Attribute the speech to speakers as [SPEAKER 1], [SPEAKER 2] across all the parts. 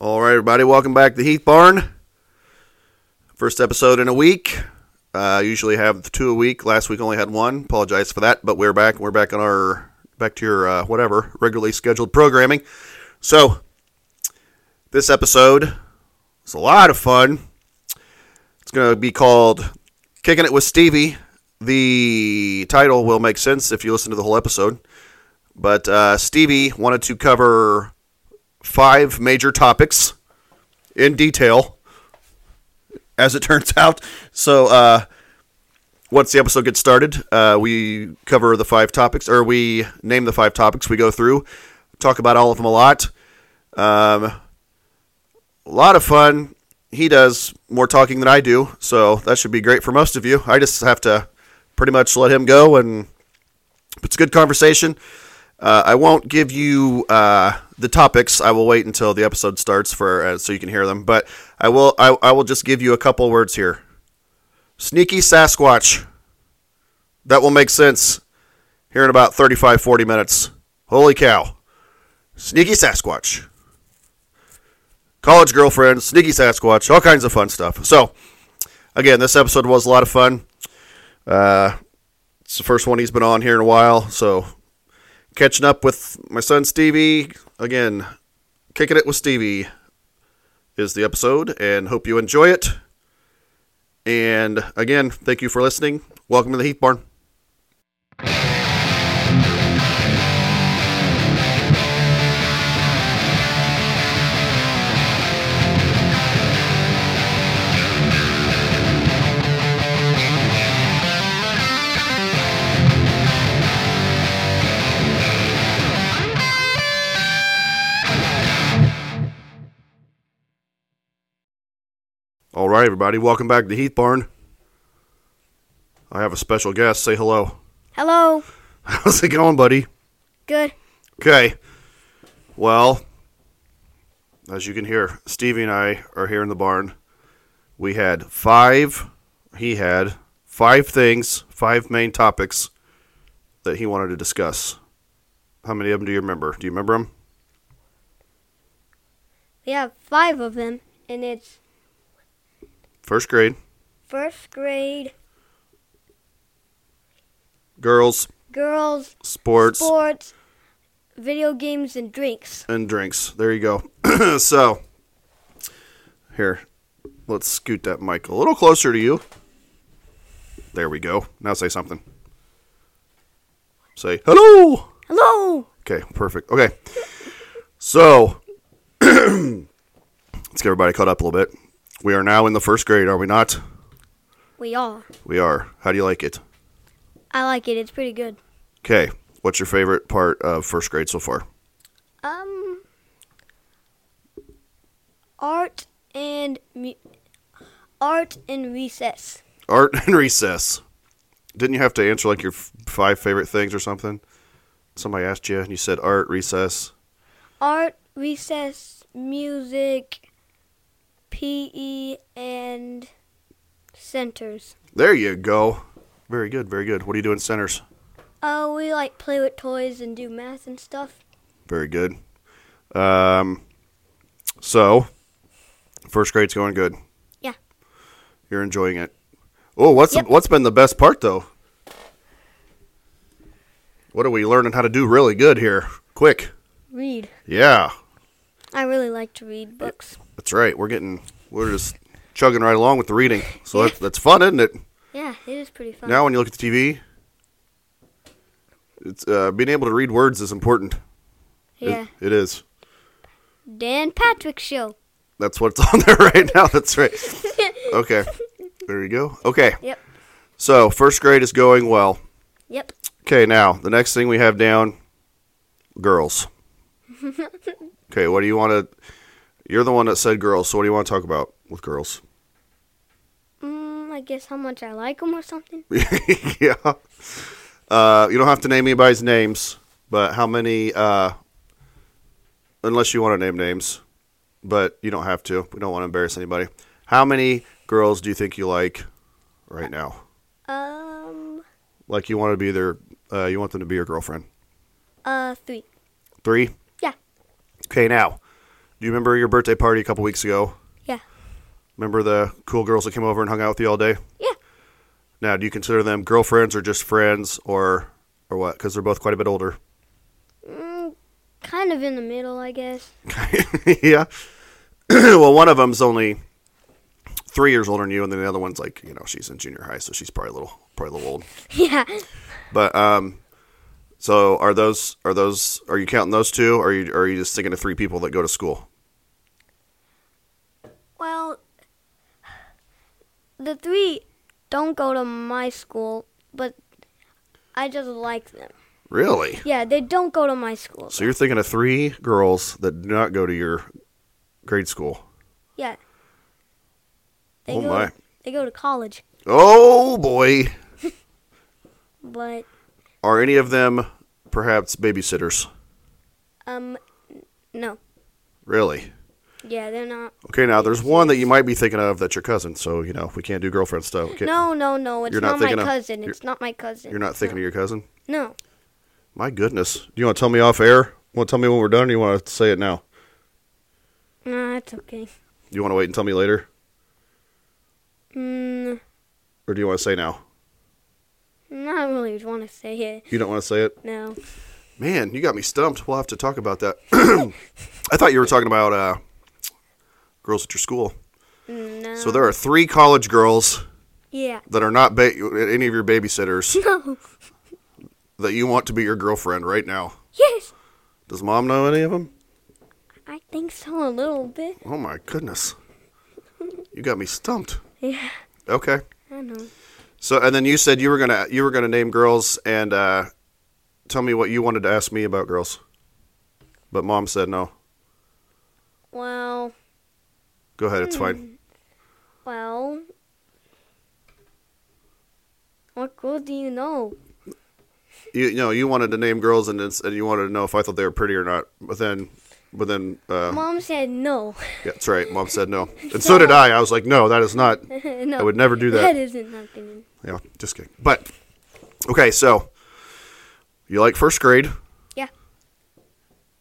[SPEAKER 1] All right, everybody, welcome back to Heath Barn. First episode in a week. Uh, usually have two a week. Last week only had one. Apologize for that, but we're back. We're back on our back to your uh, whatever regularly scheduled programming. So this episode is a lot of fun. It's going to be called "Kicking It with Stevie." The title will make sense if you listen to the whole episode. But uh, Stevie wanted to cover five major topics in detail, as it turns out. So, uh, once the episode gets started, uh, we cover the five topics, or we name the five topics. We go through, talk about all of them a lot. Um, a lot of fun. He does more talking than I do, so that should be great for most of you. I just have to pretty much let him go, and it's a good conversation. Uh, I won't give you uh, the topics. I will wait until the episode starts for uh, so you can hear them. But I will. I, I will just give you a couple words here. Sneaky Sasquatch. That will make sense here in about 35, 40 minutes. Holy cow. Sneaky Sasquatch. College girlfriend, sneaky Sasquatch, all kinds of fun stuff. So, again, this episode was a lot of fun. Uh, it's the first one he's been on here in a while, so catching up with my son Stevie again. Kicking it with Stevie is the episode, and hope you enjoy it. And again, thank you for listening. Welcome to the Heath Barn. All right, everybody, welcome back to Heath Barn. I have a special guest. Say hello.
[SPEAKER 2] Hello.
[SPEAKER 1] How's it going, buddy?
[SPEAKER 2] Good.
[SPEAKER 1] Okay. Well, as you can hear, Stevie and I are here in the barn. We had five, he had five things, five main topics that he wanted to discuss. How many of them do you remember? Do you remember them?
[SPEAKER 2] We have five of them, and it's
[SPEAKER 1] First grade,
[SPEAKER 2] first grade,
[SPEAKER 1] girls,
[SPEAKER 2] girls,
[SPEAKER 1] sports,
[SPEAKER 2] sports, video games, and drinks.
[SPEAKER 1] and drinks. There you go. so, here, let's scoot that mic a little closer to you. There we go. Now say something. Say hello.
[SPEAKER 2] Hello.
[SPEAKER 1] Okay, perfect. Okay, so let's get everybody caught up a little bit. We are now in the first grade, are we not?
[SPEAKER 2] We are.
[SPEAKER 1] We are. How do you like it?
[SPEAKER 2] I like it. It's pretty good.
[SPEAKER 1] Okay, what's your favorite part of first grade so far?
[SPEAKER 2] Um, art and mu- art and recess.
[SPEAKER 1] Art and recess. Didn't you have to answer like your f- five favorite things or something? Somebody asked you and you said art, recess.
[SPEAKER 2] Art, recess, music, PE, and centers.
[SPEAKER 1] There you go. Very good, very good. What do you do in centers?
[SPEAKER 2] Oh, we like play with toys and do math and stuff.
[SPEAKER 1] Very good. Um, so, first grade's going good.
[SPEAKER 2] Yeah.
[SPEAKER 1] You're enjoying it. Oh, what's
[SPEAKER 2] Yep.
[SPEAKER 1] what's been the best part though? What are we learning how to do really good here? Quick.
[SPEAKER 2] Read.
[SPEAKER 1] Yeah.
[SPEAKER 2] I really like to read books.
[SPEAKER 1] That's right. We're getting we're just chugging right along with the reading. So that's that's fun, isn't it?
[SPEAKER 2] Yeah, it is pretty fun.
[SPEAKER 1] Now when you look at the TV, it's uh, being able to read words is important. It-
[SPEAKER 2] yeah.
[SPEAKER 1] it is.
[SPEAKER 2] Dan Patrick Show.
[SPEAKER 1] That's what's on there right now. That's right. Okay. There you go. Okay.
[SPEAKER 2] Yep.
[SPEAKER 1] So first grade is going well.
[SPEAKER 2] Yep.
[SPEAKER 1] Okay. Now the next thing we have down, girls. okay. What do you want to? You're the one that said girls. So what do you want to talk about with girls?
[SPEAKER 2] Mm, I guess how much I like them or something.
[SPEAKER 1] yeah. Uh, you don't have to name anybody's names, but how many? Uh, unless you want to name names, but you don't have to. We don't want to embarrass anybody. How many girls do you think you like right now?
[SPEAKER 2] Um,
[SPEAKER 1] Like you want to be their, uh, you want them to be your girlfriend?
[SPEAKER 2] uh, three.
[SPEAKER 1] Three.
[SPEAKER 2] Yeah.
[SPEAKER 1] Okay, now Do you remember your birthday party a couple weeks ago?
[SPEAKER 2] Yeah.
[SPEAKER 1] Remember the cool girls that came over and hung out with you all day?
[SPEAKER 2] Yeah.
[SPEAKER 1] Now, do you consider them girlfriends or just friends or or what? Because they're both quite a bit older.
[SPEAKER 2] Mm, kind of in the middle, I guess.
[SPEAKER 1] yeah. well, one of them's only three years older than you, and then the other one's like you know she's in junior high, so she's probably a little probably a little old.
[SPEAKER 2] yeah.
[SPEAKER 1] But um, so are those are those are you counting those two? Or are you are you just thinking of three people that go to school?
[SPEAKER 2] Well, the three don't go to my school, but I just like them.
[SPEAKER 1] Really?
[SPEAKER 2] Yeah, they don't go to my school.
[SPEAKER 1] So you're thinking of three girls that do not go to your grade school?
[SPEAKER 2] Yeah. They
[SPEAKER 1] Oh,
[SPEAKER 2] go
[SPEAKER 1] my.
[SPEAKER 2] they go to college,
[SPEAKER 1] Oh boy!
[SPEAKER 2] but
[SPEAKER 1] Are any of them perhaps babysitters?
[SPEAKER 2] um no.
[SPEAKER 1] Really?
[SPEAKER 2] Yeah, they're not.
[SPEAKER 1] Okay, now there's one that you might be thinking of that's your cousin, so you know we can't do girlfriend stuff. Okay?
[SPEAKER 2] No, no, no. It's
[SPEAKER 1] You're not
[SPEAKER 2] not, my
[SPEAKER 1] thinking of-
[SPEAKER 2] cousin.
[SPEAKER 1] you're-
[SPEAKER 2] It's not my cousin.
[SPEAKER 1] You're not thinking of your cousin?
[SPEAKER 2] No.
[SPEAKER 1] My goodness. Do you want to tell me off air? Want to tell me when we're done, or you want to say it now?
[SPEAKER 2] No, it's okay.
[SPEAKER 1] You want to wait and tell me later,
[SPEAKER 2] Mm,
[SPEAKER 1] or do you want to say now?
[SPEAKER 2] not really want to say it.
[SPEAKER 1] You don't want to say it?
[SPEAKER 2] No.
[SPEAKER 1] Man, you got me stumped. We'll have to talk about that. I thought you were talking about uh, girls at your school.
[SPEAKER 2] No.
[SPEAKER 1] So there are three college girls
[SPEAKER 2] Yeah.
[SPEAKER 1] that are not ba- any of your babysitters
[SPEAKER 2] No.
[SPEAKER 1] that you want to be your girlfriend right now.
[SPEAKER 2] Yes.
[SPEAKER 1] Does mom know any of them?
[SPEAKER 2] I think so a little bit.
[SPEAKER 1] Oh my goodness. You got me stumped.
[SPEAKER 2] Yeah.
[SPEAKER 1] Okay.
[SPEAKER 2] I know.
[SPEAKER 1] So and then you said you were gonna you were gonna name girls and uh, tell me what you wanted to ask me about girls, but mom said no.
[SPEAKER 2] Well,
[SPEAKER 1] Go ahead, it's fine.
[SPEAKER 2] well. What girl do you know?
[SPEAKER 1] You, you know you wanted to name girls and it's, and you wanted to know if I thought they were pretty or not. But then but then uh,
[SPEAKER 2] Mom said no.
[SPEAKER 1] yeah, that's right. Mom said no, and so did I. I was like, no, that is not.
[SPEAKER 2] no.
[SPEAKER 1] I would never do
[SPEAKER 2] That
[SPEAKER 1] that.
[SPEAKER 2] isn't nothing.
[SPEAKER 1] Yeah, just kidding. But okay, so you like first grade.
[SPEAKER 2] Yeah.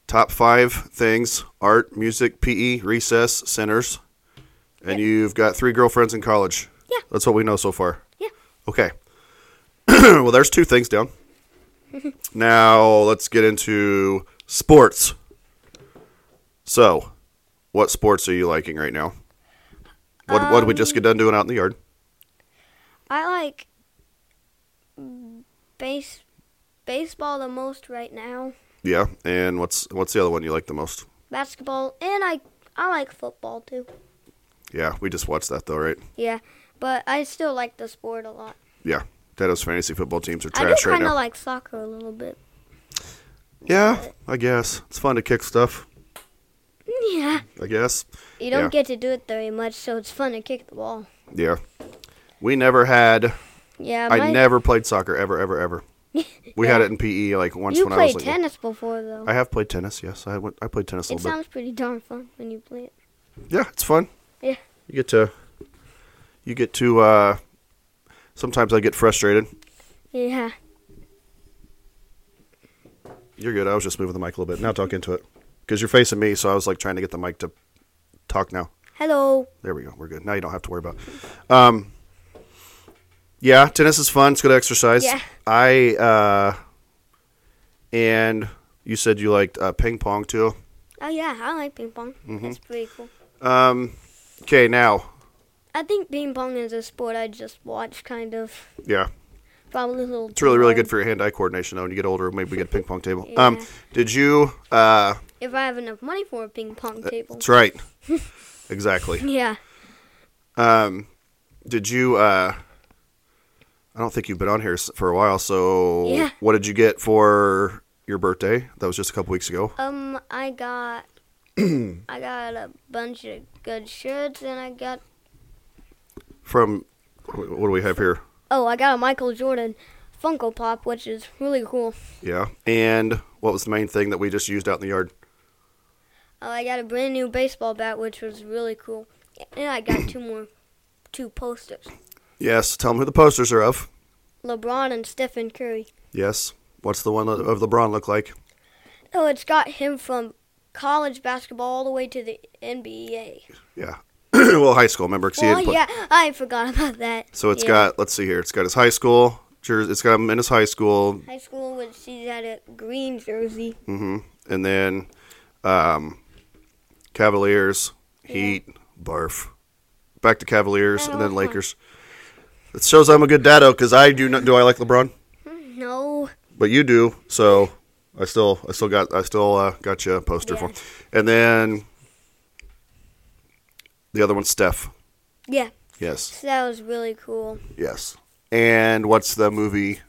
[SPEAKER 1] top five things art, music, PE, recess, centers. And you've got three girlfriends in college.
[SPEAKER 2] Yeah.
[SPEAKER 1] That's what we know so far.
[SPEAKER 2] Yeah.
[SPEAKER 1] Okay. well, there's two things down. now let's get into sports. So, what sports are you liking right now? What, what did we
[SPEAKER 2] Um,
[SPEAKER 1] just get done doing out in the yard?
[SPEAKER 2] I like mm, base baseball the most right now.
[SPEAKER 1] Yeah. And what's what's the other one you like the most?
[SPEAKER 2] Basketball and I I like football too.
[SPEAKER 1] Yeah, we just watched that though, right?
[SPEAKER 2] Yeah, but I still like the sport a lot.
[SPEAKER 1] Yeah. Dado's fantasy football teams are
[SPEAKER 2] I do
[SPEAKER 1] trash right
[SPEAKER 2] kind
[SPEAKER 1] now.
[SPEAKER 2] of like soccer a little bit.
[SPEAKER 1] Yeah, I guess. It's fun to kick stuff,
[SPEAKER 2] Yeah.
[SPEAKER 1] I guess.
[SPEAKER 2] You don't
[SPEAKER 1] Yeah.
[SPEAKER 2] get to do it very much, so it's fun to kick the ball.
[SPEAKER 1] Yeah. We never had
[SPEAKER 2] Yeah,
[SPEAKER 1] I
[SPEAKER 2] my-
[SPEAKER 1] never played soccer ever ever ever. We had it in PE like once
[SPEAKER 2] You
[SPEAKER 1] when I was
[SPEAKER 2] played
[SPEAKER 1] like
[SPEAKER 2] tennis before though.
[SPEAKER 1] I have played tennis. Yes, I went, I played tennis a
[SPEAKER 2] it
[SPEAKER 1] little bit.
[SPEAKER 2] sounds pretty darn fun when you play it.
[SPEAKER 1] Yeah, it's fun.
[SPEAKER 2] Yeah.
[SPEAKER 1] You get to you get to uh sometimes I get frustrated.
[SPEAKER 2] Yeah.
[SPEAKER 1] You're good. I was just moving the mic a little bit. Now talk into it. Cuz you're facing me, so I was like trying to get the mic to talk now.
[SPEAKER 2] Hello.
[SPEAKER 1] There we go. We're good. Now you don't have to worry about. Um, yeah, tennis is fun. It's good exercise.
[SPEAKER 2] Yeah.
[SPEAKER 1] I uh, and you said you liked uh, ping pong too.
[SPEAKER 2] Oh yeah, I like ping pong.
[SPEAKER 1] Mm-hmm.
[SPEAKER 2] That's pretty cool.
[SPEAKER 1] Um, okay, now
[SPEAKER 2] I think ping pong is a sport I just watch kind of.
[SPEAKER 1] yeah,
[SPEAKER 2] Probably a little.
[SPEAKER 1] it's really really good for your hand eye coordination. Though, when you get older, maybe we get a ping pong table. Um,
[SPEAKER 2] Yeah.
[SPEAKER 1] did you? Uh,
[SPEAKER 2] If I have enough money for a ping pong table.
[SPEAKER 1] that's right. exactly.
[SPEAKER 2] Yeah.
[SPEAKER 1] Um, did you? Uh, I don't think you've been on here s- for a while. So,
[SPEAKER 2] Yeah.
[SPEAKER 1] what did you get for your birthday? That was just a couple weeks ago.
[SPEAKER 2] Um, I got. I got a bunch of good shirts, and I got.
[SPEAKER 1] From wh- what do we have here?
[SPEAKER 2] Oh, I got a Michael Jordan Funko Pop, which is really cool.
[SPEAKER 1] Yeah, and what was the main thing that we just used out in the yard?
[SPEAKER 2] Oh, I got a brand new baseball bat, which was really cool. And I got two more, two posters.
[SPEAKER 1] Yes. Tell them who the posters are of.
[SPEAKER 2] LeBron and Stephen Curry.
[SPEAKER 1] Yes. What's the one of LeBron look like?
[SPEAKER 2] Oh, it's got him from college basketball all the way to the NBA.
[SPEAKER 1] well, high school. Remember, 'cause he
[SPEAKER 2] Oh
[SPEAKER 1] didn't play-
[SPEAKER 2] yeah, I forgot about that.
[SPEAKER 1] So it's
[SPEAKER 2] Yeah.
[SPEAKER 1] got. Let's see here. It's got his high school. jersey. It's got him in his high school.
[SPEAKER 2] High school which he's had a green jersey.
[SPEAKER 1] hmm And then, um, Cavaliers, Heat, barf. Back to Cavaliers and
[SPEAKER 2] I don't
[SPEAKER 1] then
[SPEAKER 2] like-
[SPEAKER 1] Lakers. It shows I'm a good dado because I do not. Do I like LeBron?
[SPEAKER 2] No,
[SPEAKER 1] But you do. So I still. I still got. I still uh, got you a poster for.
[SPEAKER 2] Yeah.
[SPEAKER 1] And then. The other one's Steph.
[SPEAKER 2] yeah,
[SPEAKER 1] Yes.
[SPEAKER 2] so that was really cool.
[SPEAKER 1] Yes. And what's the movie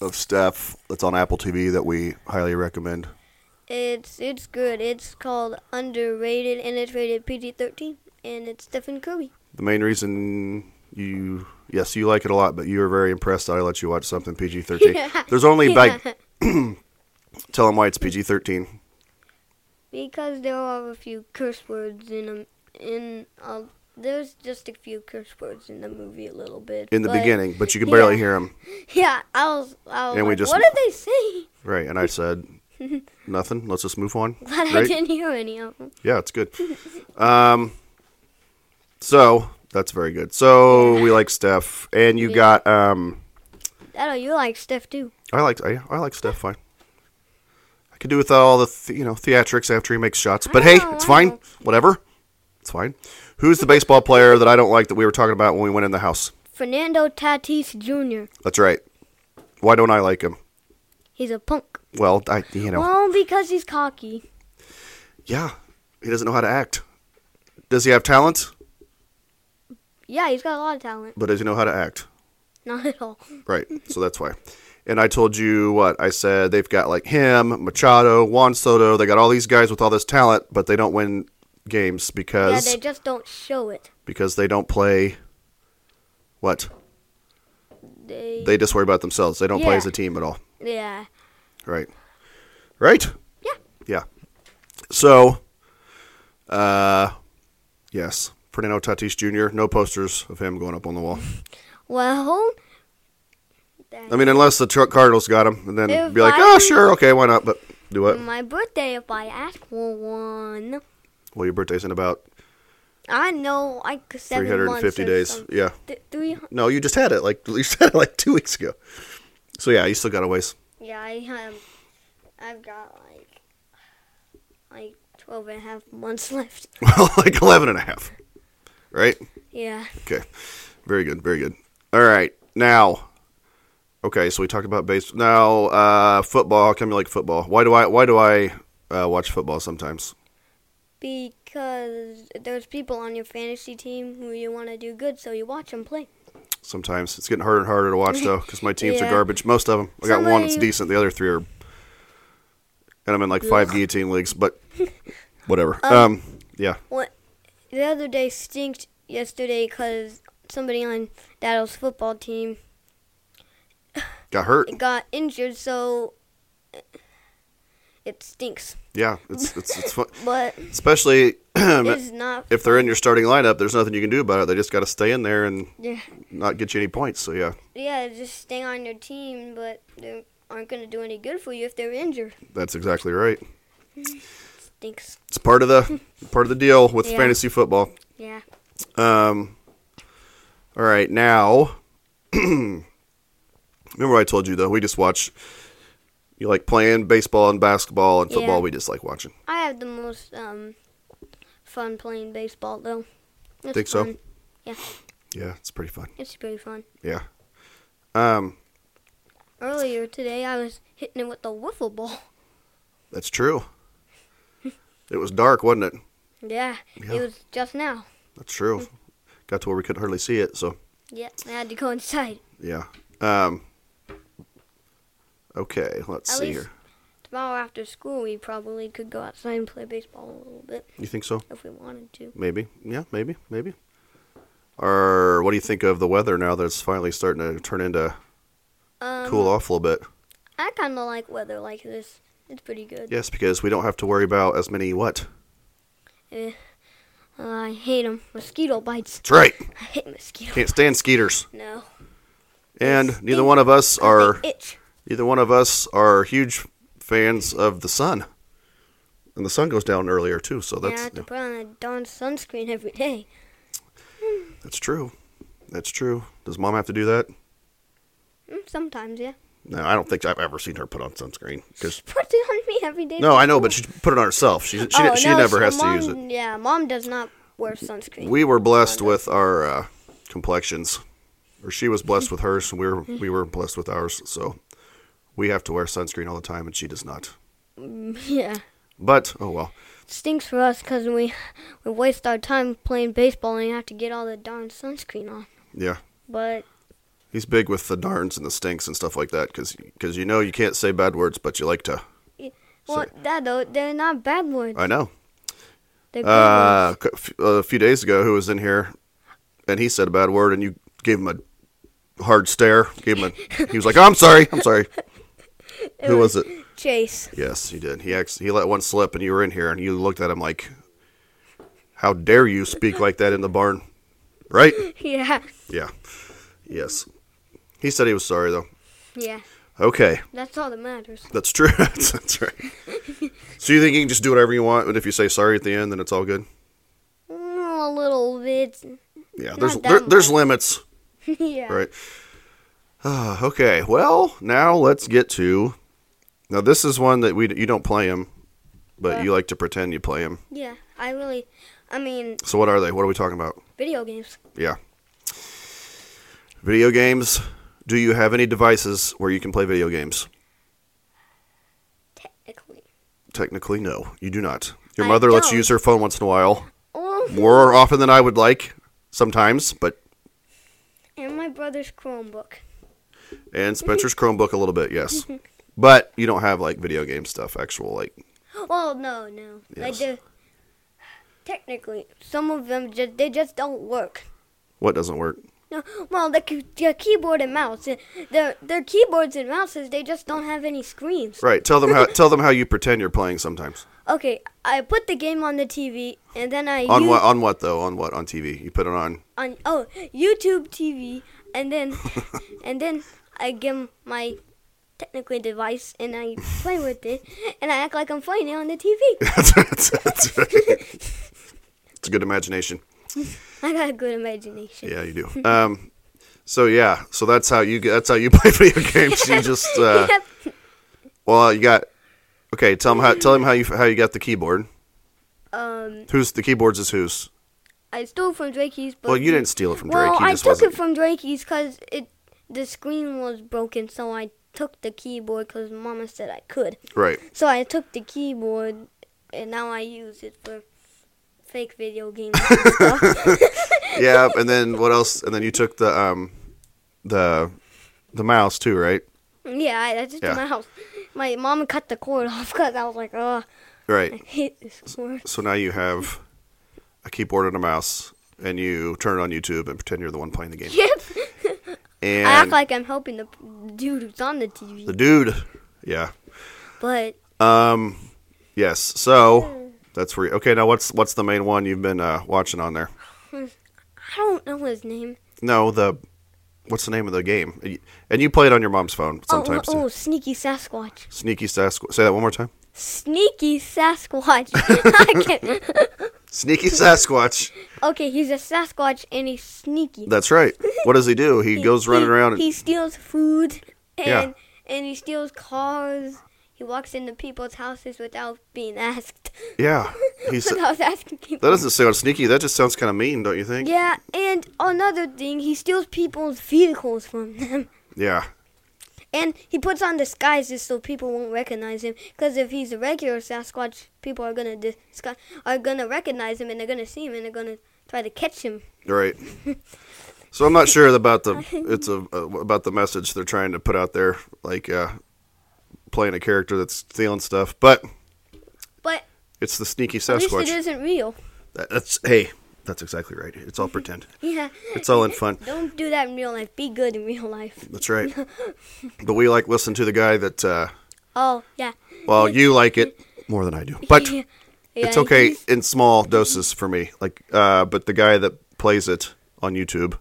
[SPEAKER 1] of Steph that's on Apple TV that we highly recommend?
[SPEAKER 2] It's it's good. It's called Underrated and it's rated PG-13 and it's Stephen Curry.
[SPEAKER 1] The main reason you yes you like it a lot, but you were very impressed that I let you watch something PG thirteen. There's only like tell them why it's PG thirteen.
[SPEAKER 2] because there are a few curse words in 'em- in uh, there's just a few curse words in the movie a little bit
[SPEAKER 1] In the
[SPEAKER 2] but-
[SPEAKER 1] beginning, but you can barely
[SPEAKER 2] yeah.
[SPEAKER 1] hear 'em. hear them.
[SPEAKER 2] Yeah, I was. I was
[SPEAKER 1] And we
[SPEAKER 2] like,
[SPEAKER 1] just-
[SPEAKER 2] what did they say?
[SPEAKER 1] Right, and I said nothing. Let's just move on.
[SPEAKER 2] Glad I
[SPEAKER 1] Great.
[SPEAKER 2] didn't hear any of them.
[SPEAKER 1] Yeah, it's good. Um, so that's very good. So we like Steph, and you
[SPEAKER 2] Yeah.
[SPEAKER 1] got um,
[SPEAKER 2] That you like Steph too.
[SPEAKER 1] I like I, I like Steph fine. I could do without all the th- you know theatrics after he makes shots, but
[SPEAKER 2] I
[SPEAKER 1] hey,
[SPEAKER 2] don't
[SPEAKER 1] it's
[SPEAKER 2] like
[SPEAKER 1] fine.
[SPEAKER 2] him.
[SPEAKER 1] Whatever, it's fine. Who's the baseball player that I don't like that we were talking about when we went in the house?
[SPEAKER 2] Fernando Tatis Jr.
[SPEAKER 1] That's right. Why don't I like him?
[SPEAKER 2] He's a punk.
[SPEAKER 1] Well, I you know
[SPEAKER 2] Well, because he's cocky.
[SPEAKER 1] yeah, he doesn't know how to act. Does he have talent?
[SPEAKER 2] Yeah, he's got a lot of talent.
[SPEAKER 1] But does he know how to act?
[SPEAKER 2] Not at all.
[SPEAKER 1] Right. So that's why. And I told you what I said. They've got like him, Machado, Juan Soto. They got all these guys with all this talent, but they don't win games
[SPEAKER 2] Yeah,
[SPEAKER 1] because
[SPEAKER 2] they just don't show it.
[SPEAKER 1] because they don't play what
[SPEAKER 2] They.
[SPEAKER 1] they just worry about themselves they don't play
[SPEAKER 2] Yeah.
[SPEAKER 1] as a team at all
[SPEAKER 2] yeah.
[SPEAKER 1] right right
[SPEAKER 2] Yeah.
[SPEAKER 1] yeah so uh yes fernando tatis jr no posters of him going up on the wall
[SPEAKER 2] Well. that-
[SPEAKER 1] i mean unless the Tr- cardinals got him and then
[SPEAKER 2] If
[SPEAKER 1] be like
[SPEAKER 2] I- Mm.
[SPEAKER 1] oh sure okay why not but do what
[SPEAKER 2] my birthday, if I ask for one,
[SPEAKER 1] well your birthday's in about
[SPEAKER 2] I know like seven
[SPEAKER 1] 350
[SPEAKER 2] months or
[SPEAKER 1] days
[SPEAKER 2] something.
[SPEAKER 1] yeah
[SPEAKER 2] Th- three.
[SPEAKER 1] no you just had it like you said it like two weeks ago so yeah you still got a ways
[SPEAKER 2] Yeah, I um, I've got like like 12 and a half months left.
[SPEAKER 1] well like 11 and a half right
[SPEAKER 2] Yeah.
[SPEAKER 1] Okay. Very good. Very good. All right. Now, okay. So we talked about base. Now, uh, football. How come you like football? Why do I? Why do I uh, watch football sometimes?
[SPEAKER 2] Because there's people on your fantasy team who you want to do good, so you watch them play.
[SPEAKER 1] Sometimes it's getting harder and harder to watch though, because my teams are
[SPEAKER 2] Yeah.
[SPEAKER 1] garbage. Most of them. I got one that's
[SPEAKER 2] Somebody-
[SPEAKER 1] decent. The other three are. And I'm in like five guillotine leagues, but whatever. Um. yeah.
[SPEAKER 2] The other day stinked yesterday because somebody on Daddle's football team
[SPEAKER 1] Got hurt.
[SPEAKER 2] got injured, so it stinks.
[SPEAKER 1] Yeah. It's it's it's fun.
[SPEAKER 2] But
[SPEAKER 1] Especially
[SPEAKER 2] it's not.
[SPEAKER 1] if they're in your starting lineup. There's nothing you can do about it. They just got to stay in there and
[SPEAKER 2] Yeah,
[SPEAKER 1] not get you any points. So yeah.
[SPEAKER 2] yeah, just staying on your team, but they aren't going to do any good for you if they're injured.
[SPEAKER 1] That's exactly right.
[SPEAKER 2] Stinks.
[SPEAKER 1] It's part of the part of the deal with
[SPEAKER 2] Yeah.
[SPEAKER 1] fantasy football.
[SPEAKER 2] Yeah.
[SPEAKER 1] Um, all right, now remember what I told you though. We just watch. You like playing baseball and basketball and football.
[SPEAKER 2] Yeah.
[SPEAKER 1] We just like watching.
[SPEAKER 2] I have the most um, fun playing baseball, though. It's
[SPEAKER 1] Think so?
[SPEAKER 2] fun.
[SPEAKER 1] Yeah, it's pretty fun.
[SPEAKER 2] It's pretty fun.
[SPEAKER 1] Yeah. Um,
[SPEAKER 2] Earlier today, I was hitting it with the wiffle ball.
[SPEAKER 1] that's true. it was dark, wasn't it?
[SPEAKER 2] Yeah,
[SPEAKER 1] Yeah.
[SPEAKER 2] it was just now.
[SPEAKER 1] That's true. Got to where we could hardly see it. So
[SPEAKER 2] Yeah, I had to go inside.
[SPEAKER 1] yeah. Um. Okay, let's
[SPEAKER 2] At
[SPEAKER 1] see
[SPEAKER 2] least-
[SPEAKER 1] here.
[SPEAKER 2] Tomorrow after school, we probably could go outside and play baseball a little bit
[SPEAKER 1] You think so?
[SPEAKER 2] if we wanted to.
[SPEAKER 1] Maybe. Yeah, maybe, maybe. Or what do you think of the weather now that it's finally starting to turn into
[SPEAKER 2] Um,
[SPEAKER 1] cool off a little bit?
[SPEAKER 2] I kind of like weather like this. It's pretty good.
[SPEAKER 1] Yes, because we don't have to worry about as many what?
[SPEAKER 2] Uh, I hate them. Mosquito bites.
[SPEAKER 1] That's right.
[SPEAKER 2] I hate mosquitoes.
[SPEAKER 1] Can't stand skeeters.
[SPEAKER 2] No.
[SPEAKER 1] And
[SPEAKER 2] Yes.
[SPEAKER 1] neither one of us
[SPEAKER 2] Or
[SPEAKER 1] are
[SPEAKER 2] itch.
[SPEAKER 1] neither one of us are huge fans of the sun. And the sun goes down earlier too, so
[SPEAKER 2] and I
[SPEAKER 1] that's
[SPEAKER 2] have to put on a darn sunscreen every day.
[SPEAKER 1] that's true. That's true. Does mom have to do that?
[SPEAKER 2] Mm, Sometimes, yeah.
[SPEAKER 1] No, I don't think I've ever seen her put on sunscreen. 'cause-
[SPEAKER 2] Puts it on me every day.
[SPEAKER 1] no, I know, but she put it on herself. She she,
[SPEAKER 2] Oh,
[SPEAKER 1] she
[SPEAKER 2] no,
[SPEAKER 1] never
[SPEAKER 2] so
[SPEAKER 1] has
[SPEAKER 2] mom,
[SPEAKER 1] to use it.
[SPEAKER 2] Yeah, mom does not wear sunscreen.
[SPEAKER 1] We were blessed with our uh, complexions, or she was blessed with hers, and we were we were blessed with ours. So we have to wear sunscreen all the time, and she does not.
[SPEAKER 2] Mm, yeah.
[SPEAKER 1] But oh well.
[SPEAKER 2] stinks for us because we we waste our time playing baseball and you have to get all the darn sunscreen on.
[SPEAKER 1] Yeah,
[SPEAKER 2] But
[SPEAKER 1] he's big with the darns and the stinks and stuff like that, because you know you can't say bad words, but you like to.
[SPEAKER 2] well, that though they're not bad words.
[SPEAKER 1] I know.
[SPEAKER 2] They're good
[SPEAKER 1] Uh, c- f- a few days ago, who was in here, and he said a bad word, and you gave him a hard stare. Gave him a. He was like, "Oh, "I'm sorry, I'm sorry." Who was it?
[SPEAKER 2] words. Chase.
[SPEAKER 1] Yes, he did. He ex- he let one slip, and you were in here, and you looked at him like, "How dare you speak like that in the barn?" Right?
[SPEAKER 2] Yeah,
[SPEAKER 1] Yeah. Yes. He said he was sorry though.
[SPEAKER 2] yeah.
[SPEAKER 1] Okay,
[SPEAKER 2] That's all that matters.
[SPEAKER 1] that's true. that's, that's right. So you think you can just do whatever you want, but if you say sorry at the end, then it's all good.
[SPEAKER 2] Mm, a little bit.
[SPEAKER 1] Yeah, there's
[SPEAKER 2] Not that
[SPEAKER 1] there, there's
[SPEAKER 2] much.
[SPEAKER 1] limits,
[SPEAKER 2] yeah.
[SPEAKER 1] right? Uh, okay, well now let's get to. Now this is one that we d- you don't play him, but
[SPEAKER 2] Uh.
[SPEAKER 1] you like to pretend you play him.
[SPEAKER 2] Yeah. I really. I mean,
[SPEAKER 1] So what are they? What are we talking about?
[SPEAKER 2] video games.
[SPEAKER 1] Yeah. Video games. Do you have any devices where you can play video games?
[SPEAKER 2] Technically.
[SPEAKER 1] Technically, no, you do not. Your
[SPEAKER 2] I
[SPEAKER 1] mother lets you
[SPEAKER 2] don't.
[SPEAKER 1] use her phone once in a while,
[SPEAKER 2] Oh,
[SPEAKER 1] more often than I would like, sometimes. But
[SPEAKER 2] and my brother's Chromebook.
[SPEAKER 1] and Spencer's Chromebook a little bit, yes. But you don't have like video game stuff, actual like.
[SPEAKER 2] Well, no, no. Like
[SPEAKER 1] Yes.
[SPEAKER 2] they technically, some of them just they just don't work.
[SPEAKER 1] What doesn't work?
[SPEAKER 2] No, well, the, key- the keyboard and mouse, eh, their their keyboards and mouses, they just don't have any screens.
[SPEAKER 1] Right. Tell them how. tell them how you pretend you're playing sometimes.
[SPEAKER 2] Okay, I put the game on the TV, and then I
[SPEAKER 1] On
[SPEAKER 2] use-
[SPEAKER 1] what? On what though? On what? On TV? You put it on.
[SPEAKER 2] on oh YouTube TV, and then and then I give my technically device, and I play with it, and I act like I'm playing it on the TV.
[SPEAKER 1] that's, that's, that's right. It's a good imagination.
[SPEAKER 2] I got a good imagination.
[SPEAKER 1] Yeah, you do. Um, so yeah, so that's how you that's how you play video games. You just uh,
[SPEAKER 2] Yep.
[SPEAKER 1] well, you got okay. Tell him how tell him how you how you got the keyboard.
[SPEAKER 2] Um,
[SPEAKER 1] Who's the keyboards is whose?
[SPEAKER 2] I stole from Drakey's, but
[SPEAKER 1] Well, you didn't steal it from Drake.
[SPEAKER 2] Well,
[SPEAKER 1] you
[SPEAKER 2] I
[SPEAKER 1] just
[SPEAKER 2] took
[SPEAKER 1] wasn't.
[SPEAKER 2] it from Drakey's because it the screen was broken, so I took the keyboard because Mama said I could.
[SPEAKER 1] right.
[SPEAKER 2] So I took the keyboard, and now I use it for fake video games. and stuff.
[SPEAKER 1] Yeah, and then what else? And then you took the um the the mouse too, right?
[SPEAKER 2] yeah, I, I just
[SPEAKER 1] Yeah.
[SPEAKER 2] took my house. My mom cut the cord off because I was like, oh, I
[SPEAKER 1] Right.
[SPEAKER 2] hate this cord.
[SPEAKER 1] So now you have a keyboard and a mouse, and you turn it on YouTube and pretend you're the one playing the game.
[SPEAKER 2] Yep. I act
[SPEAKER 1] And
[SPEAKER 2] like I'm helping the dude who's on the TV,
[SPEAKER 1] the dude, yeah.
[SPEAKER 2] but
[SPEAKER 1] Um, yes. So that's where. You, okay, now what's what's the main one you've been uh, watching on there?
[SPEAKER 2] I don't know his name.
[SPEAKER 1] No, the what's the name of the game? And you play it on your mom's phone
[SPEAKER 2] Oh,
[SPEAKER 1] sometimes.
[SPEAKER 2] oh,
[SPEAKER 1] too.
[SPEAKER 2] oh, sneaky Sasquatch.
[SPEAKER 1] Sneaky Sasquatch. Say that one more time.
[SPEAKER 2] Sneaky Sasquatch. I can't.
[SPEAKER 1] Sneaky Sasquatch.
[SPEAKER 2] Okay, he's a Sasquatch and he's sneaky.
[SPEAKER 1] That's right. What does he do? He, goes running
[SPEAKER 2] he-
[SPEAKER 1] around. And,
[SPEAKER 2] He steals food and
[SPEAKER 1] Yeah.
[SPEAKER 2] and he steals cars. He walks into people's houses without being asked.
[SPEAKER 1] yeah, he's. That
[SPEAKER 2] without asking people.
[SPEAKER 1] doesn't sound sneaky. That just sounds kind of mean, don't you think?
[SPEAKER 2] yeah, and another thing, he steals people's vehicles from them.
[SPEAKER 1] Yeah.
[SPEAKER 2] And he puts on disguises so people won't recognize him. Because if he's a regular Sasquatch, people are gonna disgu- are gonna recognize him and they're gonna see him and they're gonna try to catch him.
[SPEAKER 1] Right. So I'm not sure about the it's a uh, about the message they're trying to put out there, like uh, playing a character that's stealing stuff. But
[SPEAKER 2] But
[SPEAKER 1] it's the sneaky
[SPEAKER 2] at least it
[SPEAKER 1] Sasquatch.
[SPEAKER 2] isn't real.
[SPEAKER 1] That- that's hey, that's exactly right. It's all pretend.
[SPEAKER 2] Yeah.
[SPEAKER 1] It's all in fun.
[SPEAKER 2] Don't do that in real life. Be good in real life.
[SPEAKER 1] That's right. But we like listen to the guy that. Uh,
[SPEAKER 2] Oh yeah.
[SPEAKER 1] well, you like it more than I do, but
[SPEAKER 2] Yeah,
[SPEAKER 1] it's
[SPEAKER 2] yeah,
[SPEAKER 1] okay
[SPEAKER 2] he's-
[SPEAKER 1] in small doses for me. Like, uh, but the guy that plays it on YouTube,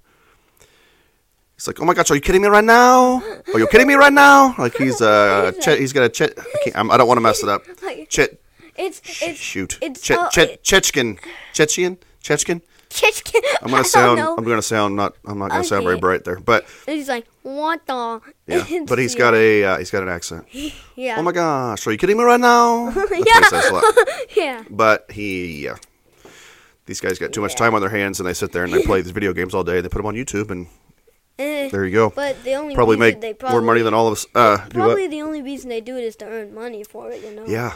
[SPEAKER 1] he's like, "Oh my gosh, are you kidding me right now? Are you kidding me right now?" Like he's uh,
[SPEAKER 2] He's
[SPEAKER 1] Chet, he's got a Chet. I, can't, I'm, I don't want to mess it up.
[SPEAKER 2] Like,
[SPEAKER 1] Chet
[SPEAKER 2] It's it's
[SPEAKER 1] Shoot.
[SPEAKER 2] It's
[SPEAKER 1] che-
[SPEAKER 2] uh,
[SPEAKER 1] che- Chechkin. Chechen? Chechkin?
[SPEAKER 2] Chicken.
[SPEAKER 1] I'm gonna
[SPEAKER 2] I don't
[SPEAKER 1] sound.
[SPEAKER 2] know.
[SPEAKER 1] I'm gonna sound not. I'm not gonna sound very
[SPEAKER 2] Okay.
[SPEAKER 1] bright there, but
[SPEAKER 2] He's like, what the?
[SPEAKER 1] yeah. But he's got a. Uh, he's got an accent.
[SPEAKER 2] Yeah.
[SPEAKER 1] Oh my gosh, are you kidding me right now? That's what he
[SPEAKER 2] Yeah.
[SPEAKER 1] says a lot.
[SPEAKER 2] Yeah.
[SPEAKER 1] But he, yeah. These guys got too much time on their hands, and they sit there and they play these video games all day. They put them on YouTube, and
[SPEAKER 2] Eh,
[SPEAKER 1] there you go.
[SPEAKER 2] But the only
[SPEAKER 1] probably
[SPEAKER 2] reason
[SPEAKER 1] make
[SPEAKER 2] they
[SPEAKER 1] more
[SPEAKER 2] probably,
[SPEAKER 1] money than all of us. Uh, do what?
[SPEAKER 2] Probably the only reason they do it is to earn money for it. You know.
[SPEAKER 1] Yeah,